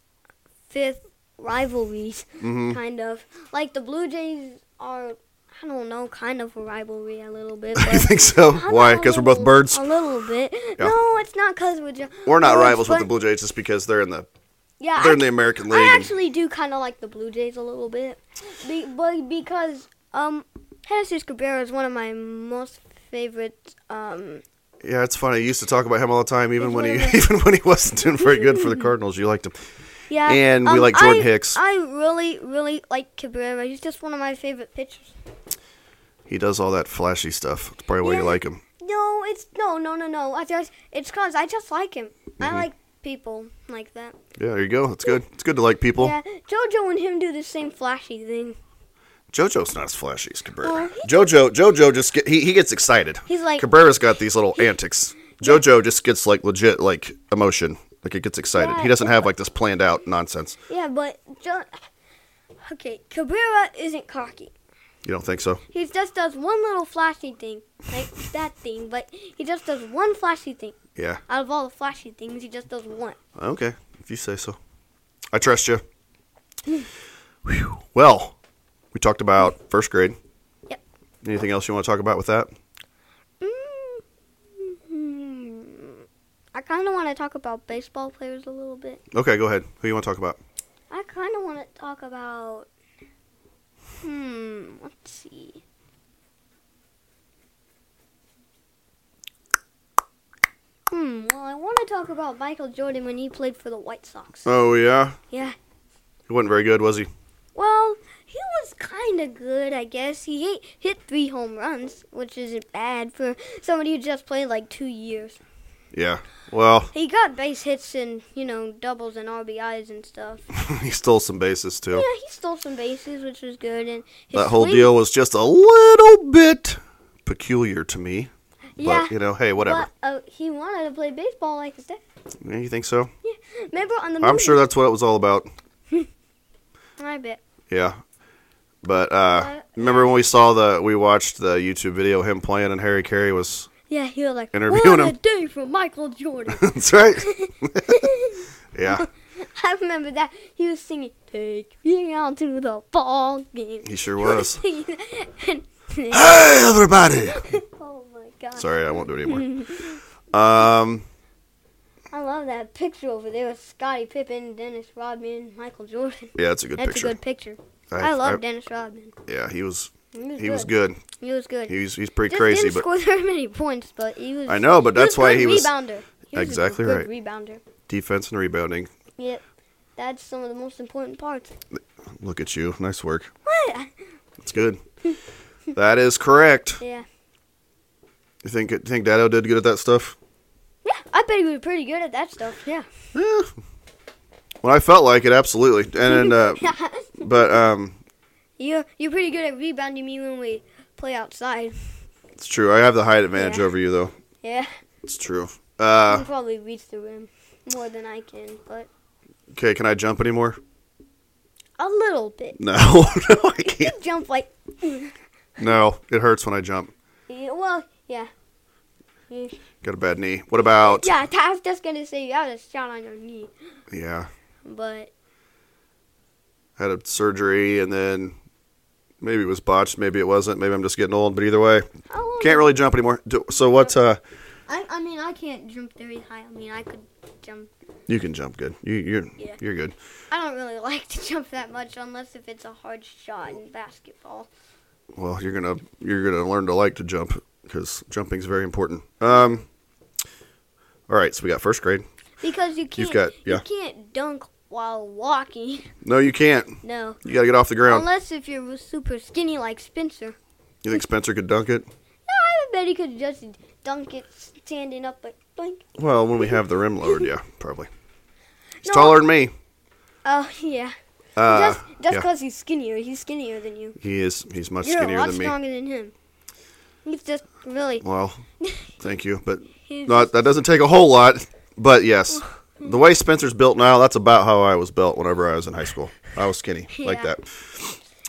[SPEAKER 2] fifth rivalries,
[SPEAKER 1] mhm.
[SPEAKER 2] kind of like the Blue Jays are. I don't know, kind of a rivalry a little bit. But
[SPEAKER 1] You think so?
[SPEAKER 2] I don't
[SPEAKER 1] Why?
[SPEAKER 2] know, a
[SPEAKER 1] Because we're both
[SPEAKER 2] little-
[SPEAKER 1] birds.
[SPEAKER 2] A little bit.
[SPEAKER 1] Yeah.
[SPEAKER 2] No, it's not because we're. Ju-
[SPEAKER 1] We're not
[SPEAKER 2] no, it's
[SPEAKER 1] rivals with the
[SPEAKER 2] fun-
[SPEAKER 1] Blue Jays just because they're in the
[SPEAKER 2] Yeah,
[SPEAKER 1] they're
[SPEAKER 2] I
[SPEAKER 1] in the American League.
[SPEAKER 2] I
[SPEAKER 1] and-
[SPEAKER 2] actually do kind of like the Blue Jays a little bit, be, but because um, Jesus Cabrera is one of my most favorite. Um,
[SPEAKER 1] yeah, it's funny. You used to talk about him all the time, even
[SPEAKER 2] It's
[SPEAKER 1] when
[SPEAKER 2] one
[SPEAKER 1] he
[SPEAKER 2] of the-
[SPEAKER 1] even when he wasn't doing very good for the Cardinals. You liked him.
[SPEAKER 2] yeah,
[SPEAKER 1] And we
[SPEAKER 2] um,
[SPEAKER 1] like Jordan
[SPEAKER 2] I-
[SPEAKER 1] Hicks.
[SPEAKER 2] I really, really like Cabrera. He's just one of my favorite pitchers.
[SPEAKER 1] He does all that flashy stuff. That's probably why you
[SPEAKER 2] Yeah.
[SPEAKER 1] like him.
[SPEAKER 2] No, it's no, no, no, no. I just it's cause I just like him.
[SPEAKER 1] Mm-hmm.
[SPEAKER 2] I like people like that.
[SPEAKER 1] Yeah, there you go. It's good. It's good to like people.
[SPEAKER 2] Yeah, JoJo and him do the same flashy thing.
[SPEAKER 1] JoJo's not as flashy as Cabrera.
[SPEAKER 2] Well,
[SPEAKER 1] JoJo, JoJo just get, he he gets excited.
[SPEAKER 2] He's like-
[SPEAKER 1] Cabrera's got these little antics. JoJo just gets like legit like emotion. Like it gets excited.
[SPEAKER 2] Yeah,
[SPEAKER 1] he doesn't have like this planned out nonsense.
[SPEAKER 2] Yeah, but jo- okay, Cabrera isn't cocky.
[SPEAKER 1] You don't think so?
[SPEAKER 2] He just does one little flashy thing, like that thing, but he just does one flashy thing.
[SPEAKER 1] Yeah.
[SPEAKER 2] Out of all the flashy things, he just does one.
[SPEAKER 1] Okay. If you say so. I trust you. Whew. Well, we talked about first grade.
[SPEAKER 2] Yep.
[SPEAKER 1] Anything else you want to talk about with that?
[SPEAKER 2] Mm-hmm. I kind of want to talk about baseball players a little bit.
[SPEAKER 1] Okay, go ahead. Who you want to talk about?
[SPEAKER 2] I kind of want to talk about. Hmm, let's see. Hmm, well, I want to talk about Michael Jordan when he played for the White Sox.
[SPEAKER 1] Oh yeah.
[SPEAKER 2] Yeah.
[SPEAKER 1] He wasn't very good, was he?
[SPEAKER 2] Well, he was kind of good, I guess. He hit, hit three home runs, which isn't bad for somebody who just played like two years.
[SPEAKER 1] Yeah. Well,
[SPEAKER 2] He got base hits and, you know, doubles and RBIs and stuff.
[SPEAKER 1] he stole some bases too.
[SPEAKER 2] Yeah, he stole some bases, which was good. And his
[SPEAKER 1] that whole
[SPEAKER 2] swing-
[SPEAKER 1] deal was just a little bit peculiar to me.
[SPEAKER 2] yeah,
[SPEAKER 1] But, you know, hey, whatever.
[SPEAKER 2] But, uh, he wanted to play baseball like his dad.
[SPEAKER 1] Yeah, you think so?
[SPEAKER 2] Remember on the movie?
[SPEAKER 1] I'm sure that's what it was all about.
[SPEAKER 2] I bet.
[SPEAKER 1] Yeah. But uh remember when we saw the we watched the YouTube video of him playing and Harry Carey was
[SPEAKER 2] Yeah, he was like,
[SPEAKER 1] Interviewing
[SPEAKER 2] what a
[SPEAKER 1] him.
[SPEAKER 2] day for Michael Jordan.
[SPEAKER 1] That's right. yeah,
[SPEAKER 2] I remember that. He was singing, take me out to the ball game.
[SPEAKER 1] he sure was.
[SPEAKER 2] and
[SPEAKER 1] Hey everybody.
[SPEAKER 2] Oh my god.
[SPEAKER 1] Sorry, I won't do it anymore. Um
[SPEAKER 2] I love that picture over there with Scottie Pippen, Dennis Rodman, Michael Jordan.
[SPEAKER 1] yeah, it's a good
[SPEAKER 2] That's
[SPEAKER 1] picture.
[SPEAKER 2] a good picture. I, love Dennis Rodman.
[SPEAKER 1] Yeah, he was
[SPEAKER 2] He was
[SPEAKER 1] he
[SPEAKER 2] good.
[SPEAKER 1] was good.
[SPEAKER 2] He was good.
[SPEAKER 1] He's he's pretty
[SPEAKER 2] Just
[SPEAKER 1] crazy,
[SPEAKER 2] didn't
[SPEAKER 1] but
[SPEAKER 2] score very many points, but he was
[SPEAKER 1] I know, but
[SPEAKER 2] he was
[SPEAKER 1] that's why
[SPEAKER 2] good
[SPEAKER 1] he was-
[SPEAKER 2] rebounder. He's
[SPEAKER 1] Exactly
[SPEAKER 2] a good
[SPEAKER 1] right.
[SPEAKER 2] rebounder.
[SPEAKER 1] Defense and rebounding.
[SPEAKER 2] Yep. That's some of the most important parts.
[SPEAKER 1] Look at you. Nice work.
[SPEAKER 2] What?
[SPEAKER 1] That's good. that is correct.
[SPEAKER 2] Yeah.
[SPEAKER 1] You think you think Dado did good at that stuff?
[SPEAKER 2] Yeah, I bet he was pretty good at that stuff. Yeah.
[SPEAKER 1] Yeah. When I felt like it, absolutely. And, uh, but um,
[SPEAKER 2] you're you're pretty good at rebounding me when we play outside.
[SPEAKER 1] it's true. I have the height advantage
[SPEAKER 2] Yeah.
[SPEAKER 1] over you, though.
[SPEAKER 2] Yeah.
[SPEAKER 1] It's true.
[SPEAKER 2] You
[SPEAKER 1] Uh,
[SPEAKER 2] can probably reach the rim more than I can, but
[SPEAKER 1] okay, can I jump anymore?
[SPEAKER 2] a little bit.
[SPEAKER 1] No, no, I
[SPEAKER 2] You
[SPEAKER 1] can't.
[SPEAKER 2] jump like
[SPEAKER 1] No, it hurts when I jump.
[SPEAKER 2] yeah, well, yeah.
[SPEAKER 1] Got a bad knee. What about?
[SPEAKER 2] Yeah, I was just gonna say you have a shot on your knee,
[SPEAKER 1] Yeah.
[SPEAKER 2] but
[SPEAKER 1] had a surgery and then maybe it was botched, maybe it wasn't, maybe I'm just getting old, but either way,
[SPEAKER 2] I don't
[SPEAKER 1] can't
[SPEAKER 2] know.
[SPEAKER 1] really jump anymore. Do- So what uh
[SPEAKER 2] I, I mean, I can't jump very high. I mean, I could jump.
[SPEAKER 1] you can jump good. You you're
[SPEAKER 2] Yeah.
[SPEAKER 1] you're good.
[SPEAKER 2] I don't really like to jump that much unless if it's a hard shot in basketball.
[SPEAKER 1] Well, you're going to you're going to learn to like to jump cuz jumping's very important. Um All right, so we got first grade.
[SPEAKER 2] Because you can't
[SPEAKER 1] got- yeah.
[SPEAKER 2] you can't dunk while walking.
[SPEAKER 1] No, you can't.
[SPEAKER 2] No.
[SPEAKER 1] You got to get off the ground.
[SPEAKER 2] Unless if you're super skinny like Spencer.
[SPEAKER 1] You think Spencer could dunk it?
[SPEAKER 2] I bet he could just dunk it standing up like blink.
[SPEAKER 1] Well, when we have the rim lowered, yeah, probably. He's
[SPEAKER 2] No.
[SPEAKER 1] taller than me.
[SPEAKER 2] Oh yeah.
[SPEAKER 1] Uh,
[SPEAKER 2] just just
[SPEAKER 1] yeah.
[SPEAKER 2] cause he's skinnier. He's skinnier than you.
[SPEAKER 1] he is he's much
[SPEAKER 2] You're a
[SPEAKER 1] skinnier
[SPEAKER 2] lot
[SPEAKER 1] than me.
[SPEAKER 2] stronger than him. He's just really
[SPEAKER 1] Well, thank you, but
[SPEAKER 2] he's
[SPEAKER 1] No, that doesn't take a whole lot, but yes. The way Spencer's built now, that's about how I was built whenever I was in high school. I was skinny, like
[SPEAKER 2] Yeah.
[SPEAKER 1] that.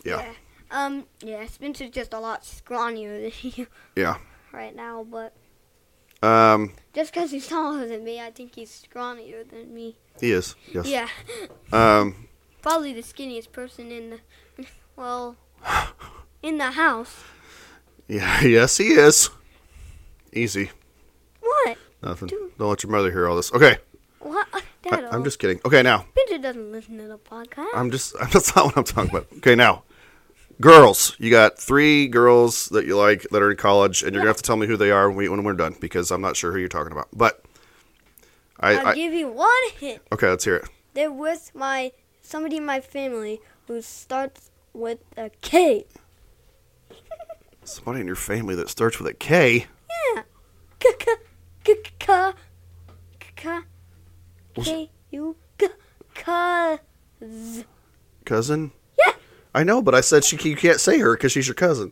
[SPEAKER 1] Yeah.
[SPEAKER 2] yeah. Um yeah, Spencer's just a lot scrawnier than you
[SPEAKER 1] Yeah.
[SPEAKER 2] right now, but
[SPEAKER 1] Um,
[SPEAKER 2] just cause he's taller than me, I think he's scrawnier than me.
[SPEAKER 1] he is. Yes.
[SPEAKER 2] Yeah.
[SPEAKER 1] Um,
[SPEAKER 2] Probably the skinniest person in the well in the house.
[SPEAKER 1] yeah. Yes, he is. Easy.
[SPEAKER 2] What?
[SPEAKER 1] Nothing.
[SPEAKER 2] Dude.
[SPEAKER 1] Don't let your mother hear all this. Okay.
[SPEAKER 2] What?
[SPEAKER 1] I,
[SPEAKER 2] Dad,
[SPEAKER 1] I'm just kidding. Okay, now.
[SPEAKER 2] Spencer doesn't listen to the podcast.
[SPEAKER 1] I'm just. That's not what I'm talking about. Okay, now. Girls, you got three girls that you like that are in college, and you're gonna have to tell me who they are when, we, when we're done because I'm not sure who you're talking about. But I,
[SPEAKER 2] I'll
[SPEAKER 1] I
[SPEAKER 2] give you one hint.
[SPEAKER 1] okay, let's hear it.
[SPEAKER 2] They're with my somebody in my family who starts with a K.
[SPEAKER 1] Somebody in your family that starts with a K.
[SPEAKER 2] Yeah. K k k k k k k u k k z.
[SPEAKER 1] Cousin?
[SPEAKER 2] Yeah.
[SPEAKER 1] I know, but I said she you can't say her because she's your cousin.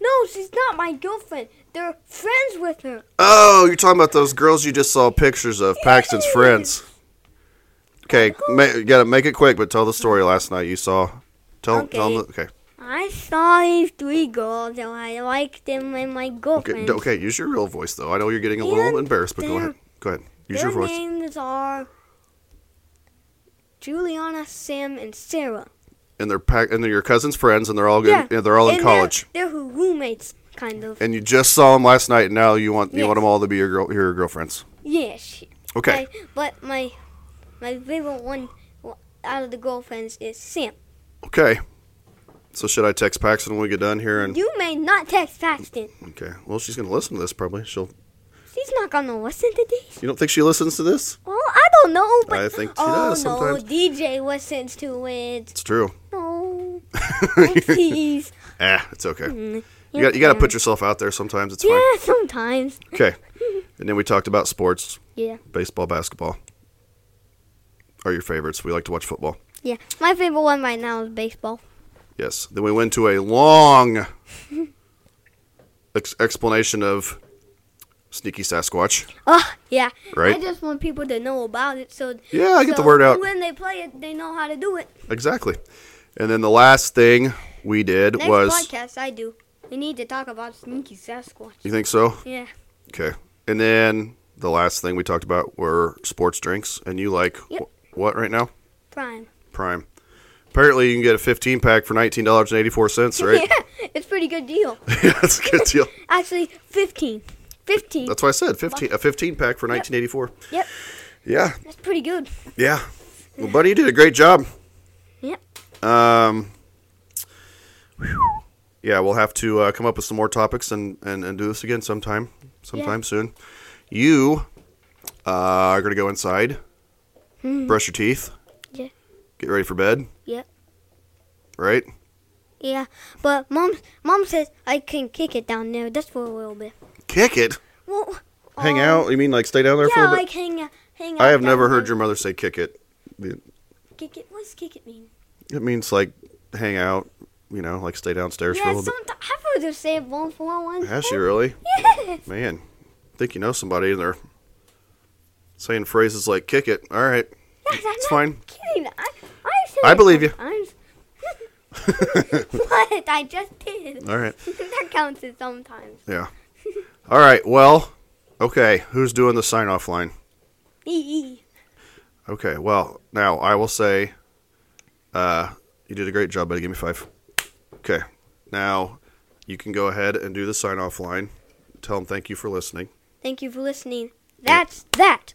[SPEAKER 2] No, she's not my girlfriend. They're friends with her.
[SPEAKER 1] Oh, you're talking about those girls you just saw pictures of, Paxton's
[SPEAKER 2] Yes.
[SPEAKER 1] friends. Okay, ma- you gotta make it quick, but tell the story last night you saw. Tell, okay. tell 'em the- okay,
[SPEAKER 2] I saw these three girls and I liked them and my
[SPEAKER 1] okay,
[SPEAKER 2] girlfriend.
[SPEAKER 1] d- okay. Use your real voice though. I know you're getting a
[SPEAKER 2] And
[SPEAKER 1] little embarrassed, but go
[SPEAKER 2] they're-
[SPEAKER 1] ahead. Go ahead. Use
[SPEAKER 2] Their
[SPEAKER 1] your voice.
[SPEAKER 2] names are Juliana, Sam, and Sarah.
[SPEAKER 1] And they're pa- and they're your cousin's friends, and they're all good. Yeah, they're all in
[SPEAKER 2] And
[SPEAKER 1] college.
[SPEAKER 2] They're, they're her roommates, kind of.
[SPEAKER 1] And you just saw them last night, and now you want you
[SPEAKER 2] Yes.
[SPEAKER 1] want them all to be your girl your girlfriends.
[SPEAKER 2] yeah, she,
[SPEAKER 1] Okay.
[SPEAKER 2] I- but my my favorite one w- out of the girlfriends is Sam.
[SPEAKER 1] Okay. So should I text Paxton when we get done here? And
[SPEAKER 2] You may not text Paxton.
[SPEAKER 1] okay, well she's gonna listen to this probably. She'll.
[SPEAKER 2] She's not gonna listen to these.
[SPEAKER 1] You don't think she listens to this?
[SPEAKER 2] Well, I don't know, but
[SPEAKER 1] I think she
[SPEAKER 2] oh
[SPEAKER 1] does
[SPEAKER 2] no,
[SPEAKER 1] sometimes.
[SPEAKER 2] DJ listens to it.
[SPEAKER 1] It's true.
[SPEAKER 2] No, please.
[SPEAKER 1] ah, it's okay.
[SPEAKER 2] Mm,
[SPEAKER 1] You got you got to put yourself out there sometimes. It's
[SPEAKER 2] Yeah,
[SPEAKER 1] fine.
[SPEAKER 2] sometimes.
[SPEAKER 1] Okay. And then we talked about sports,
[SPEAKER 2] Yeah,
[SPEAKER 1] baseball, basketball. Are your favorites? We like to watch football.
[SPEAKER 2] yeah. My favorite one right now is baseball.
[SPEAKER 1] Yes. Then we went to a long ex- explanation of sneaky Sasquatch.
[SPEAKER 2] Oh, yeah.
[SPEAKER 1] Right.
[SPEAKER 2] I just want people to know about it, so
[SPEAKER 1] Yeah, I get the
[SPEAKER 2] so
[SPEAKER 1] word out.
[SPEAKER 2] When they play it, they know how to do it.
[SPEAKER 1] Exactly. And then the last thing we did
[SPEAKER 2] Next
[SPEAKER 1] was.
[SPEAKER 2] podcast, I do. We need to talk about sneaky Sasquatch.
[SPEAKER 1] You think so?
[SPEAKER 2] Yeah.
[SPEAKER 1] Okay. And then the last thing we talked about were sports drinks, and you like
[SPEAKER 2] Yep.
[SPEAKER 1] wh- what right now?
[SPEAKER 2] Prime.
[SPEAKER 1] Prime. Apparently, you can get a 15 pack for $19.84, right?
[SPEAKER 2] Yeah, it's pretty good deal.
[SPEAKER 1] yeah, that's a good deal.
[SPEAKER 2] Actually, 15. 15.
[SPEAKER 1] That's why I said 15 a 15 pack for 1984.
[SPEAKER 2] yep,
[SPEAKER 1] Yeah,
[SPEAKER 2] that's pretty good.
[SPEAKER 1] yeah. Well, buddy, you did a great job.
[SPEAKER 2] Yep.
[SPEAKER 1] Um, whew. yeah, we'll have to uh, come up with some more topics and, and, and do this again sometime, sometime soon. You Uh, you're gonna go inside,
[SPEAKER 2] Hmm.
[SPEAKER 1] brush your teeth,
[SPEAKER 2] Yeah.
[SPEAKER 1] get ready for bed,
[SPEAKER 2] Yep.
[SPEAKER 1] right?
[SPEAKER 2] Yeah, but mom, mom says I can kick it down there just for a little bit.
[SPEAKER 1] Kick it,
[SPEAKER 2] Well,
[SPEAKER 1] hang
[SPEAKER 2] um,
[SPEAKER 1] out. You mean like stay down there for a
[SPEAKER 2] Yeah,
[SPEAKER 1] little bit?
[SPEAKER 2] like hang, out- hang out.
[SPEAKER 1] I have
[SPEAKER 2] down
[SPEAKER 1] never heard
[SPEAKER 2] there.
[SPEAKER 1] your mother say kick it.
[SPEAKER 2] kick it. What does kick it mean?
[SPEAKER 1] It means like hang out, you know, like stay downstairs for a
[SPEAKER 2] yeah,
[SPEAKER 1] little
[SPEAKER 2] sometimes I've heard her say it more than once.
[SPEAKER 1] bit. Has she really?
[SPEAKER 2] Yes.
[SPEAKER 1] Man, think you know somebody and they're saying phrases like kick it. All right.
[SPEAKER 2] Yes, I'm
[SPEAKER 1] It's
[SPEAKER 2] not
[SPEAKER 1] fine.
[SPEAKER 2] Kidding. I, I, said
[SPEAKER 1] I
[SPEAKER 2] it
[SPEAKER 1] believe you.
[SPEAKER 2] sometimes. what? I just did.
[SPEAKER 1] All right.
[SPEAKER 2] that counts as sometimes.
[SPEAKER 1] Yeah. All right. Well, okay. Who's doing the sign off line?
[SPEAKER 2] Ee.
[SPEAKER 1] Okay. Well, now I will say uh, you did a great job, buddy. Give me five. Okay. Now you can go ahead and do the sign off line. Tell them thank you for listening.
[SPEAKER 2] Thank you for listening. That's that.